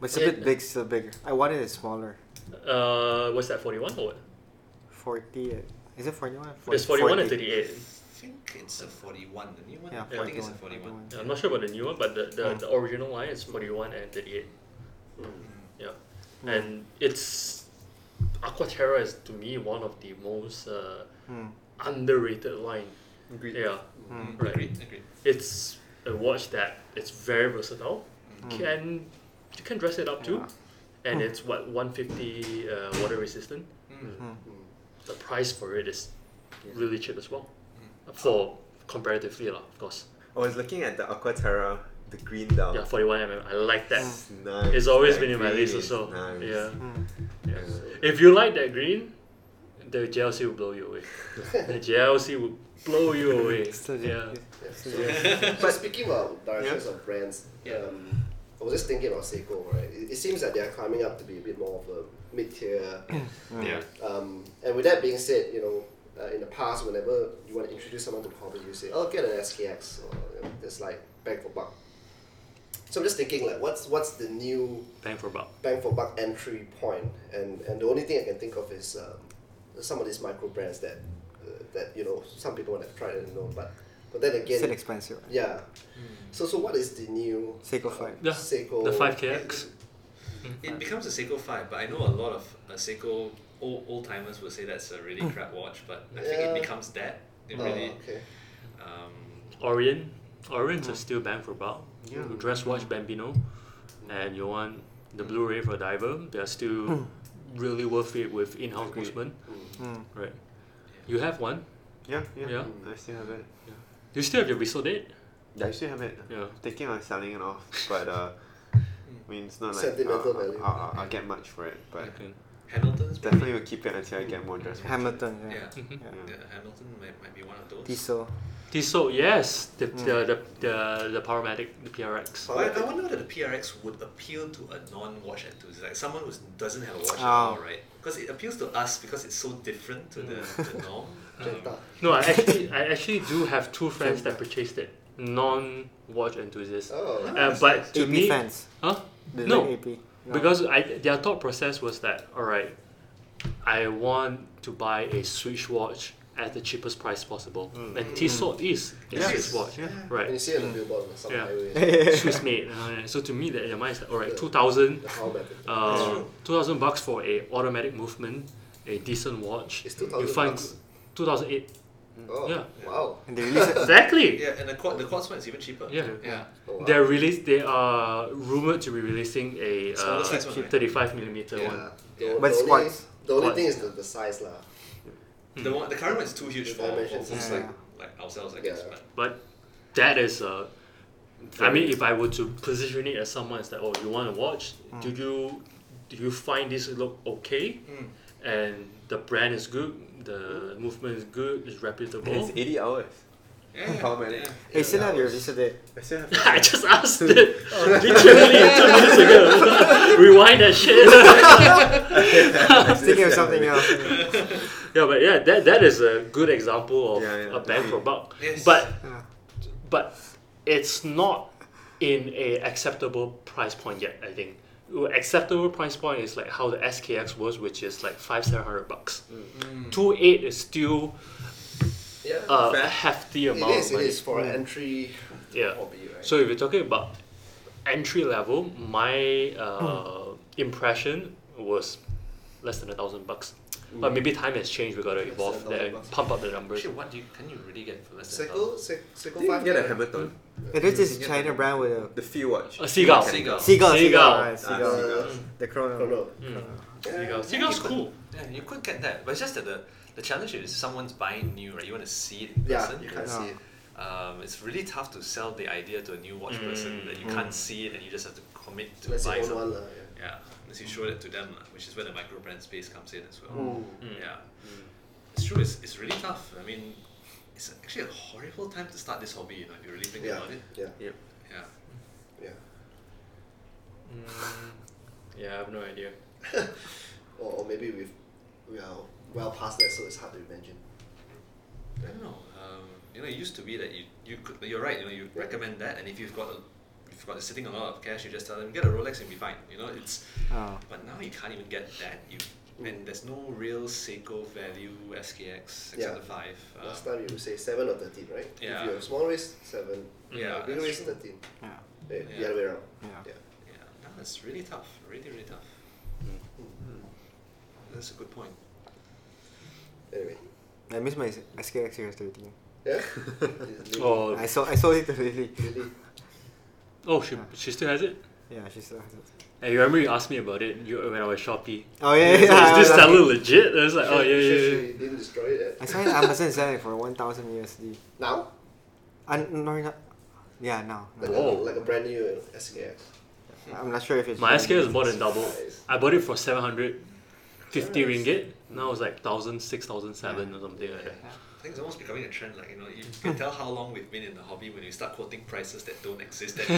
Speaker 3: But it's a
Speaker 1: Yeah.
Speaker 3: bit big, still bigger. I wanted it smaller.
Speaker 1: Uh, what's that, 41 or what?
Speaker 3: 40. uh, Is it 41?
Speaker 1: It's 41 and 38.
Speaker 6: I think it's a forty-one. The new one.
Speaker 3: Yeah,
Speaker 6: I think it's a
Speaker 3: 41,
Speaker 6: forty-one.
Speaker 1: Yeah, I'm not sure about the new one, but the, the,
Speaker 3: Mm.
Speaker 1: the original line is 41 and 38.
Speaker 5: Mm.
Speaker 1: Yeah.
Speaker 3: Hmm.
Speaker 1: And it's. Aquaterra is to me one of the most uh,
Speaker 3: Mm.
Speaker 1: underrated line.
Speaker 2: Agreed.
Speaker 1: Yeah. Right.
Speaker 3: Mm.
Speaker 6: Hmm. Agreed. Agreed.
Speaker 1: It's a watch that it's very versatile.
Speaker 6: Hmm.
Speaker 3: Mm.
Speaker 1: Can you can dress it up too,
Speaker 3: Yeah.
Speaker 1: and
Speaker 3: Mm.
Speaker 1: it's what 150 uh, water resistant.
Speaker 6: Mm.
Speaker 3: Mm.
Speaker 1: The price for it is
Speaker 2: Yeah.
Speaker 1: really cheap as well, for comparatively lah, of course.
Speaker 4: I was looking at the Aquaterra, the green down.
Speaker 1: Yeah, 41 mm. I like that.
Speaker 4: It's nice.
Speaker 1: It's always
Speaker 4: That
Speaker 1: been in my
Speaker 4: green
Speaker 1: list
Speaker 4: is
Speaker 1: also.
Speaker 4: nice.
Speaker 1: Yeah.
Speaker 5: Hmm.
Speaker 3: Mm.
Speaker 1: Yeah.
Speaker 4: Yeah.
Speaker 1: If you like that green, the JLC will blow you away. the JLC will blow you away.
Speaker 3: Still
Speaker 1: yeah.
Speaker 3: big.
Speaker 5: Yeah. So,
Speaker 6: Yeah.
Speaker 5: so speaking about directions
Speaker 4: Yeah.
Speaker 5: of brands,
Speaker 6: Yeah.
Speaker 5: um, I was just thinking about Seiko, right? It, it seems that they are climbing up to be a bit more of a mid-tier.
Speaker 3: Mm.
Speaker 6: Yeah.
Speaker 5: um, and with that being said, you know, uh, in the past, whenever you want to introduce someone to the hobby, you say, "Oh, get an SKX," or you know, it's like bang for buck. So I'm just thinking, like, what's what's the new
Speaker 1: Bang for buck.
Speaker 5: bang for buck entry point, and and the only thing I can think of is um, some of these micro brands that uh, that you know some people have tried and know, but but then again,
Speaker 3: Still expensive. right?
Speaker 5: yeah. So so what is the new
Speaker 3: Seiko
Speaker 5: uh,
Speaker 3: five.
Speaker 1: The,
Speaker 5: Seiko
Speaker 1: the 5KX.
Speaker 6: It becomes a Seiko 5, but I know a lot of uh, Seiko old, old timers will say that's a really crap watch, but I think
Speaker 5: Yeah.
Speaker 6: it becomes that. It
Speaker 5: Oh,
Speaker 6: really.
Speaker 5: okay.
Speaker 6: Um,
Speaker 1: Orient. Orients are still bang for buck.
Speaker 3: Hmm. Yeah.
Speaker 1: You Dress watch Bambino. And you want the
Speaker 3: Hmm.
Speaker 1: Blu-ray for Diver. They're still really worth it with
Speaker 3: Oh,
Speaker 1: in-house
Speaker 4: Agreed.
Speaker 1: movement.
Speaker 5: Hmm.
Speaker 3: Mm.
Speaker 1: Right. You have one.
Speaker 4: Yeah, yeah,
Speaker 1: Yeah.
Speaker 4: I still have it.
Speaker 1: You still have your Bissell date.
Speaker 4: Yeah, I still have it.
Speaker 1: Yeah.
Speaker 4: Thinking of selling it off, but uh, I
Speaker 6: Hmm.
Speaker 4: mean, it's not like
Speaker 5: Sentimental
Speaker 4: uh,
Speaker 5: value.
Speaker 4: I'll, I'll, I'll get much for it, but
Speaker 1: Okay.
Speaker 6: Hamilton's maybe?
Speaker 4: definitely will keep it until I get more dress.
Speaker 3: Hamilton,
Speaker 6: Yeah.
Speaker 3: yeah.
Speaker 1: Mhm.
Speaker 3: Yeah.
Speaker 6: Yeah, Hamilton might, might be one of those.
Speaker 3: Diesel.
Speaker 1: Tissot, yes. The,
Speaker 3: Mm.
Speaker 1: the, the, the, the Powermatic, the PRX.
Speaker 3: Oh,
Speaker 6: But I, I wonder whether the PRX would appeal to a non-watch enthusiast, like someone who doesn't have a watch at all,
Speaker 3: Oh.
Speaker 6: right? Because it appeals to us because it's so different to the, the norm. Um,
Speaker 5: Jetta.
Speaker 1: No, I actually, I actually do have two friends that purchased it. Non-watch enthusiasts.
Speaker 5: Oh.
Speaker 1: Uh, but to
Speaker 3: AP
Speaker 1: me,
Speaker 3: fans.
Speaker 1: huh?
Speaker 3: They
Speaker 1: No,
Speaker 3: like AP. No. <laughs>
Speaker 1: because I, their thought process was that all right, I want to buy a Switch watch at the cheapest price possible, and Tissot is a
Speaker 6: Yeah.
Speaker 1: Swiss watch,
Speaker 6: Mm. Yeah.
Speaker 5: And you
Speaker 1: right?
Speaker 5: see it on the billboard on some
Speaker 1: Yeah.
Speaker 3: <laughs>
Speaker 5: highway.
Speaker 1: Swiss made. Uh, so to me, that their mindset, all right, two thousand,
Speaker 5: The how method.
Speaker 6: That's
Speaker 1: uh,
Speaker 6: true.
Speaker 1: two thousand bucks for a automatic movement, a decent watch.
Speaker 5: It's
Speaker 1: You
Speaker 5: 2,000
Speaker 1: find
Speaker 5: bucks?
Speaker 1: two thousand eight.
Speaker 5: Oh,
Speaker 1: Yeah.
Speaker 5: wow.
Speaker 3: And they
Speaker 1: <laughs>
Speaker 3: release it.
Speaker 1: Exactly.
Speaker 6: yeah, and the quad, the quad one is even cheaper.
Speaker 1: Yeah.
Speaker 6: yeah.
Speaker 5: Oh, wow.
Speaker 1: They're released. They are rumored to be releasing a
Speaker 6: Smaller
Speaker 1: uh,
Speaker 6: size one, right?
Speaker 1: 35 millimeter
Speaker 6: Yeah.
Speaker 1: one.
Speaker 5: The-
Speaker 6: Yeah.
Speaker 5: the
Speaker 3: But it's
Speaker 5: only-
Speaker 3: quads.
Speaker 5: The only
Speaker 1: Quads.
Speaker 5: thing is the, the size lah.
Speaker 1: Hmm.
Speaker 6: The one, the current one is too huge
Speaker 5: The
Speaker 6: for, for
Speaker 5: dimensions
Speaker 6: folks
Speaker 3: is-
Speaker 6: like,
Speaker 3: Yeah.
Speaker 6: like ourselves, I guess.
Speaker 5: Yeah.
Speaker 6: But
Speaker 1: But that is a. I mean, if I were to position it as someone is like, oh, you want to watch? Do you do you find this look okay?
Speaker 6: Mm.
Speaker 1: And the brand is good. The movement is good. It's reputable.
Speaker 4: It's 80 hours.
Speaker 6: yeah,
Speaker 4: How many?
Speaker 6: yeah.
Speaker 3: Hey, still have your Diesel date.
Speaker 4: I still <laughs> have
Speaker 1: <laughs> I just asked it literally two minutes ago. Rewind that shit. <laughs>
Speaker 3: I was thinking of something else.
Speaker 1: Yeah, but yeah, that that is a good example of
Speaker 4: Yeah, yeah.
Speaker 1: a bang for buck.
Speaker 6: Yes.
Speaker 1: But
Speaker 3: Yeah.
Speaker 1: but it's not in a acceptable price point yet. I think Well, acceptable price point is like how the SKX was, which is like five seven hundred bucks. Two eight is still
Speaker 5: Yeah.
Speaker 1: uh, a
Speaker 4: Fair.
Speaker 1: hefty
Speaker 5: it
Speaker 1: amount
Speaker 5: is.
Speaker 1: of
Speaker 5: It
Speaker 1: money.
Speaker 5: is for an entry
Speaker 1: Yeah.
Speaker 5: hobby, right?
Speaker 1: So if you're talking about entry level, my uh, impression was less than a thousand bucks. But maybe time has changed. We gotta evolve
Speaker 5: another
Speaker 1: that,
Speaker 5: bucks.
Speaker 1: pump up the numbers.
Speaker 6: Actually, what do you can you really get for less than
Speaker 2: Seiko, Se- Seiko
Speaker 4: Did you
Speaker 2: 5
Speaker 4: get a Hamilton?
Speaker 3: And there's this China brand with a
Speaker 4: The Feel Watch.
Speaker 1: A seagull.
Speaker 6: Seagull.
Speaker 3: seagull, seagull,
Speaker 1: Seagull.
Speaker 3: right,
Speaker 4: Ah,
Speaker 3: seagull.
Speaker 4: seagull.
Speaker 3: The Chrono.
Speaker 5: Chrono.
Speaker 1: Mm.
Speaker 5: Yeah.
Speaker 1: Seagull.
Speaker 6: Yeah,
Speaker 1: Seagull's
Speaker 6: you could-
Speaker 1: cool.
Speaker 6: Yeah, you could get that, but it's just that the the challenge is someone's buying new, right? You want to see it in
Speaker 5: Yeah,
Speaker 6: person.
Speaker 5: you can't
Speaker 3: Yeah.
Speaker 5: see it.
Speaker 6: Um, it's really tough to sell the idea to a new watch person that you
Speaker 1: Mm.
Speaker 6: can't see it and you just have to commit to
Speaker 5: Unless you
Speaker 6: buy
Speaker 5: own
Speaker 6: something.
Speaker 5: one, lah, yeah.
Speaker 6: Yeah, unless you show it to them, lah, which is where the micro brand space comes in as well.
Speaker 5: Hmm.
Speaker 6: Hmm.
Speaker 1: Mm.
Speaker 6: Yeah, it's true. It's, it's really tough. I mean, it's actually a horrible time to start this hobby. You know, if you really think
Speaker 5: Yeah,
Speaker 6: about it.
Speaker 5: yeah,
Speaker 4: Yep.
Speaker 6: Yeah.
Speaker 5: yeah.
Speaker 1: Mm. Yeah, I have no idea.
Speaker 5: Or, or maybe we've we are well past that, so it's hard to imagine.
Speaker 6: I don't know. Um, you know, it used to be that you you could, you're right. You know, you recommend that, and if you've got a, if you've got sitting a lot of cash, you just tell them get a Rolex and be fine. You know, it's
Speaker 3: Oh.
Speaker 6: but now you can't even get that. You and there's no real Seiko value SKX except
Speaker 5: Yeah.
Speaker 6: the five. Um,
Speaker 5: Last time you would say seven or thirteen, right?
Speaker 6: Yeah.
Speaker 5: If you have small wrist, seven.
Speaker 6: Yeah,
Speaker 5: Big
Speaker 6: that's
Speaker 5: wrist,
Speaker 6: true.
Speaker 5: thirteen.
Speaker 3: Yeah.
Speaker 5: Eh, The
Speaker 6: Yeah.
Speaker 5: other way around.
Speaker 3: Yeah.
Speaker 6: yeah, now it's really tough. Really, really tough. Hmm, That's a good point.
Speaker 5: Anyway.
Speaker 3: I miss my SKX Series 13. <laughs>
Speaker 5: Yeah. Lily.
Speaker 1: Oh,
Speaker 3: I saw I sold it <laughs> to Lily.
Speaker 5: Lily.
Speaker 1: oh, she, she still has it.
Speaker 3: Yeah, she still has it.
Speaker 1: And you remember you asked me about it you, when I was Shopee.
Speaker 3: Oh yeah, yeah.
Speaker 1: So
Speaker 3: yeah,
Speaker 1: is this
Speaker 3: yeah.
Speaker 1: seller legit? And I was like, oh
Speaker 5: Sure-
Speaker 1: yeah,
Speaker 5: sure
Speaker 1: yeah,
Speaker 5: She didn't destroy it.
Speaker 3: I
Speaker 5: eh?
Speaker 3: saw it on Amazon selling for 1,000 USD.
Speaker 5: <laughs> Now,
Speaker 3: Uh, no, not, yeah, no.
Speaker 5: like,
Speaker 3: no.
Speaker 5: a,
Speaker 1: Whoa.
Speaker 5: like a brand new you know, SKX.
Speaker 3: I'm not sure if
Speaker 1: yeah.
Speaker 3: it's.
Speaker 1: My SK is more than double.
Speaker 5: Nice.
Speaker 1: I bought it for seven hundred fifty
Speaker 5: Nice.
Speaker 1: ringgit. Now it's like thousand, six thousand seven or something like that.
Speaker 6: I think it's almost becoming a trend. Like you know, you can tell how long we've been in the hobby when you start quoting prices that don't exist. That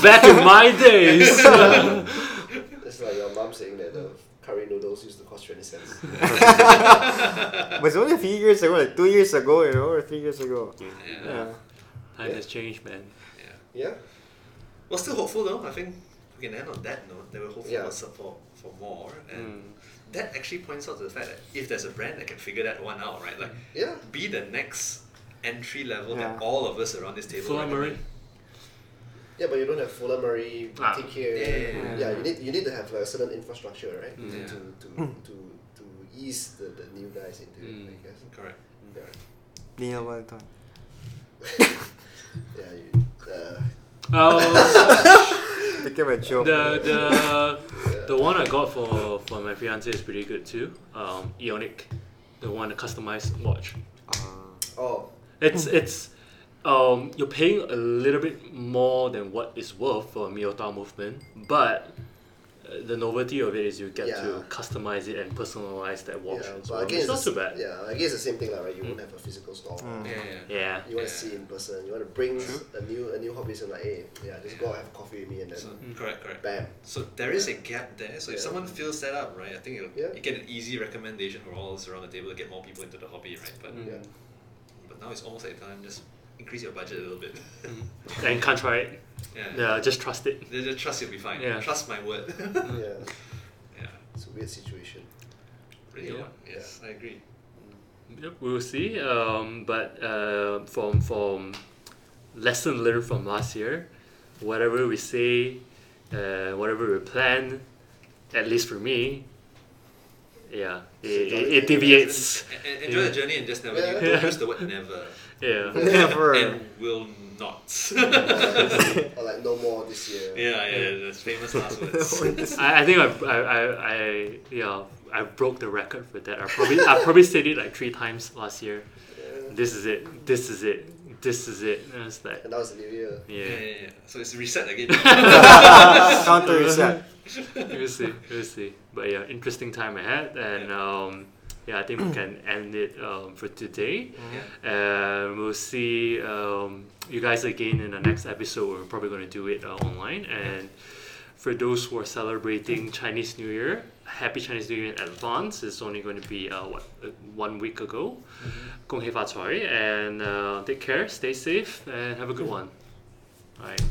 Speaker 1: <laughs> Back in my days.
Speaker 5: It's like your mom saying that the curry noodles used to cost twenty cents.
Speaker 3: <laughs> But it's only a few years ago, like two years ago, you know, or three years ago.
Speaker 6: yeah.
Speaker 3: Yeah.
Speaker 1: Time has changed, man.
Speaker 6: <laughs> yeah.
Speaker 5: yeah.
Speaker 6: Well, still hopeful though. I think we can end on that note. That we're hopeful
Speaker 5: Yeah. Hmm.
Speaker 6: for some- for for more,
Speaker 4: Mm.
Speaker 6: and that actually points out to the fact that if there's a brand that can figure that one out, right? Like,
Speaker 5: Yeah.
Speaker 6: be the next entry level
Speaker 3: Yeah.
Speaker 6: that all of us around this table.
Speaker 1: Fuller
Speaker 6: recommend.
Speaker 1: Murray.
Speaker 5: Yeah, but you don't have Fuller Murray,
Speaker 1: Ah.
Speaker 5: boutique here.
Speaker 6: Yeah, yeah,
Speaker 3: yeah.
Speaker 5: you need you need to have like, a certain infrastructure, right?
Speaker 1: Mm.
Speaker 5: To,
Speaker 6: Yeah.
Speaker 5: to, to, to to ease the, the new guys into
Speaker 1: Mm.
Speaker 5: it, I guess.
Speaker 6: Correct.
Speaker 5: Yeah,
Speaker 3: Neil Wellington.
Speaker 5: yeah you, uh,
Speaker 1: Oh,
Speaker 3: Became a joke.
Speaker 1: the the the one I got for for my fiance is pretty good too. Um, Ionic, the one a customized watch.
Speaker 3: Uh,
Speaker 5: oh
Speaker 1: It's it's um, you're paying a little bit more than what it's worth for a Miyota movement, but uh, the novelty of it is you get
Speaker 5: Yeah.
Speaker 1: to customize it and personalize that watch.
Speaker 5: yeah,
Speaker 1: as
Speaker 5: but
Speaker 1: well.
Speaker 5: again,
Speaker 1: It's not
Speaker 5: it's
Speaker 1: too
Speaker 5: the
Speaker 1: bad.
Speaker 5: s- Yeah, I guess the same thing, lah, right? You
Speaker 1: Mm.
Speaker 5: won't have a physical store.
Speaker 3: Mm.
Speaker 6: Yeah. yeah.
Speaker 1: Hmm. Yeah.
Speaker 5: You want to
Speaker 6: Yeah.
Speaker 5: see in person. You want to bring a new a new hobbyist and like, hey, yeah, just go out have coffee with me and then
Speaker 6: So hmm. correct, correct.
Speaker 5: bam.
Speaker 6: So there is a gap there. So if
Speaker 5: Yeah.
Speaker 6: someone fills that up, right, I think it'll,
Speaker 5: Yeah.
Speaker 6: you get an easy recommendation for all of us around the table to get more people into the hobby, right? But
Speaker 1: Mm.
Speaker 5: Yeah.
Speaker 6: but now it's almost like time just increase your budget a little bit.
Speaker 5: Mm.
Speaker 1: And can't try it.
Speaker 6: <laughs> yeah.
Speaker 1: Yeah, just trust it.
Speaker 6: Then just trust you'll be fine.
Speaker 1: Yeah.
Speaker 6: Trust my word. <laughs>
Speaker 5: Yeah.
Speaker 6: yeah.
Speaker 5: It's a weird situation.
Speaker 6: Really
Speaker 1: Yeah.
Speaker 6: odd. Yes, I agree.
Speaker 1: Yep, we'll see. Um, but uh, from from lesson learned from last year, whatever we say, uh, whatever we plan, at least for me, yeah, it, it, it deviates.
Speaker 6: En- en- enjoy
Speaker 1: Yeah.
Speaker 6: the journey and just never
Speaker 5: Yeah.
Speaker 6: leave. Don't use the word never.
Speaker 1: Yeah,
Speaker 3: never.
Speaker 6: And will not. <laughs>
Speaker 5: or like no more this year.
Speaker 6: yeah, yeah, those famous last words.
Speaker 1: I, I think I, I, I, I yeah I broke the record for that. I probably I probably said it like three times last year. This is it. This is it. This is it. And it's
Speaker 5: <laughs>
Speaker 1: like
Speaker 5: And that was the new year.
Speaker 6: yeah, yeah,
Speaker 1: yeah.
Speaker 6: yeah. So it's reset again.
Speaker 3: <laughs> counter
Speaker 6: <laughs>
Speaker 3: reset.
Speaker 1: <laughs> we'll see, we'll see. But yeah, interesting time ahead, and um, yeah, I think we can end it um, for today.
Speaker 6: Yeah.
Speaker 1: And we'll see um, you guys again in the next episode. We're probably going to do it uh, online. And for those who are celebrating Chinese New Year, Happy Chinese New Year in advance. It's only going to be uh, what, uh, one week ago. Gong Hei Fa Cai, and uh, take care, stay safe, and have a good one. All right.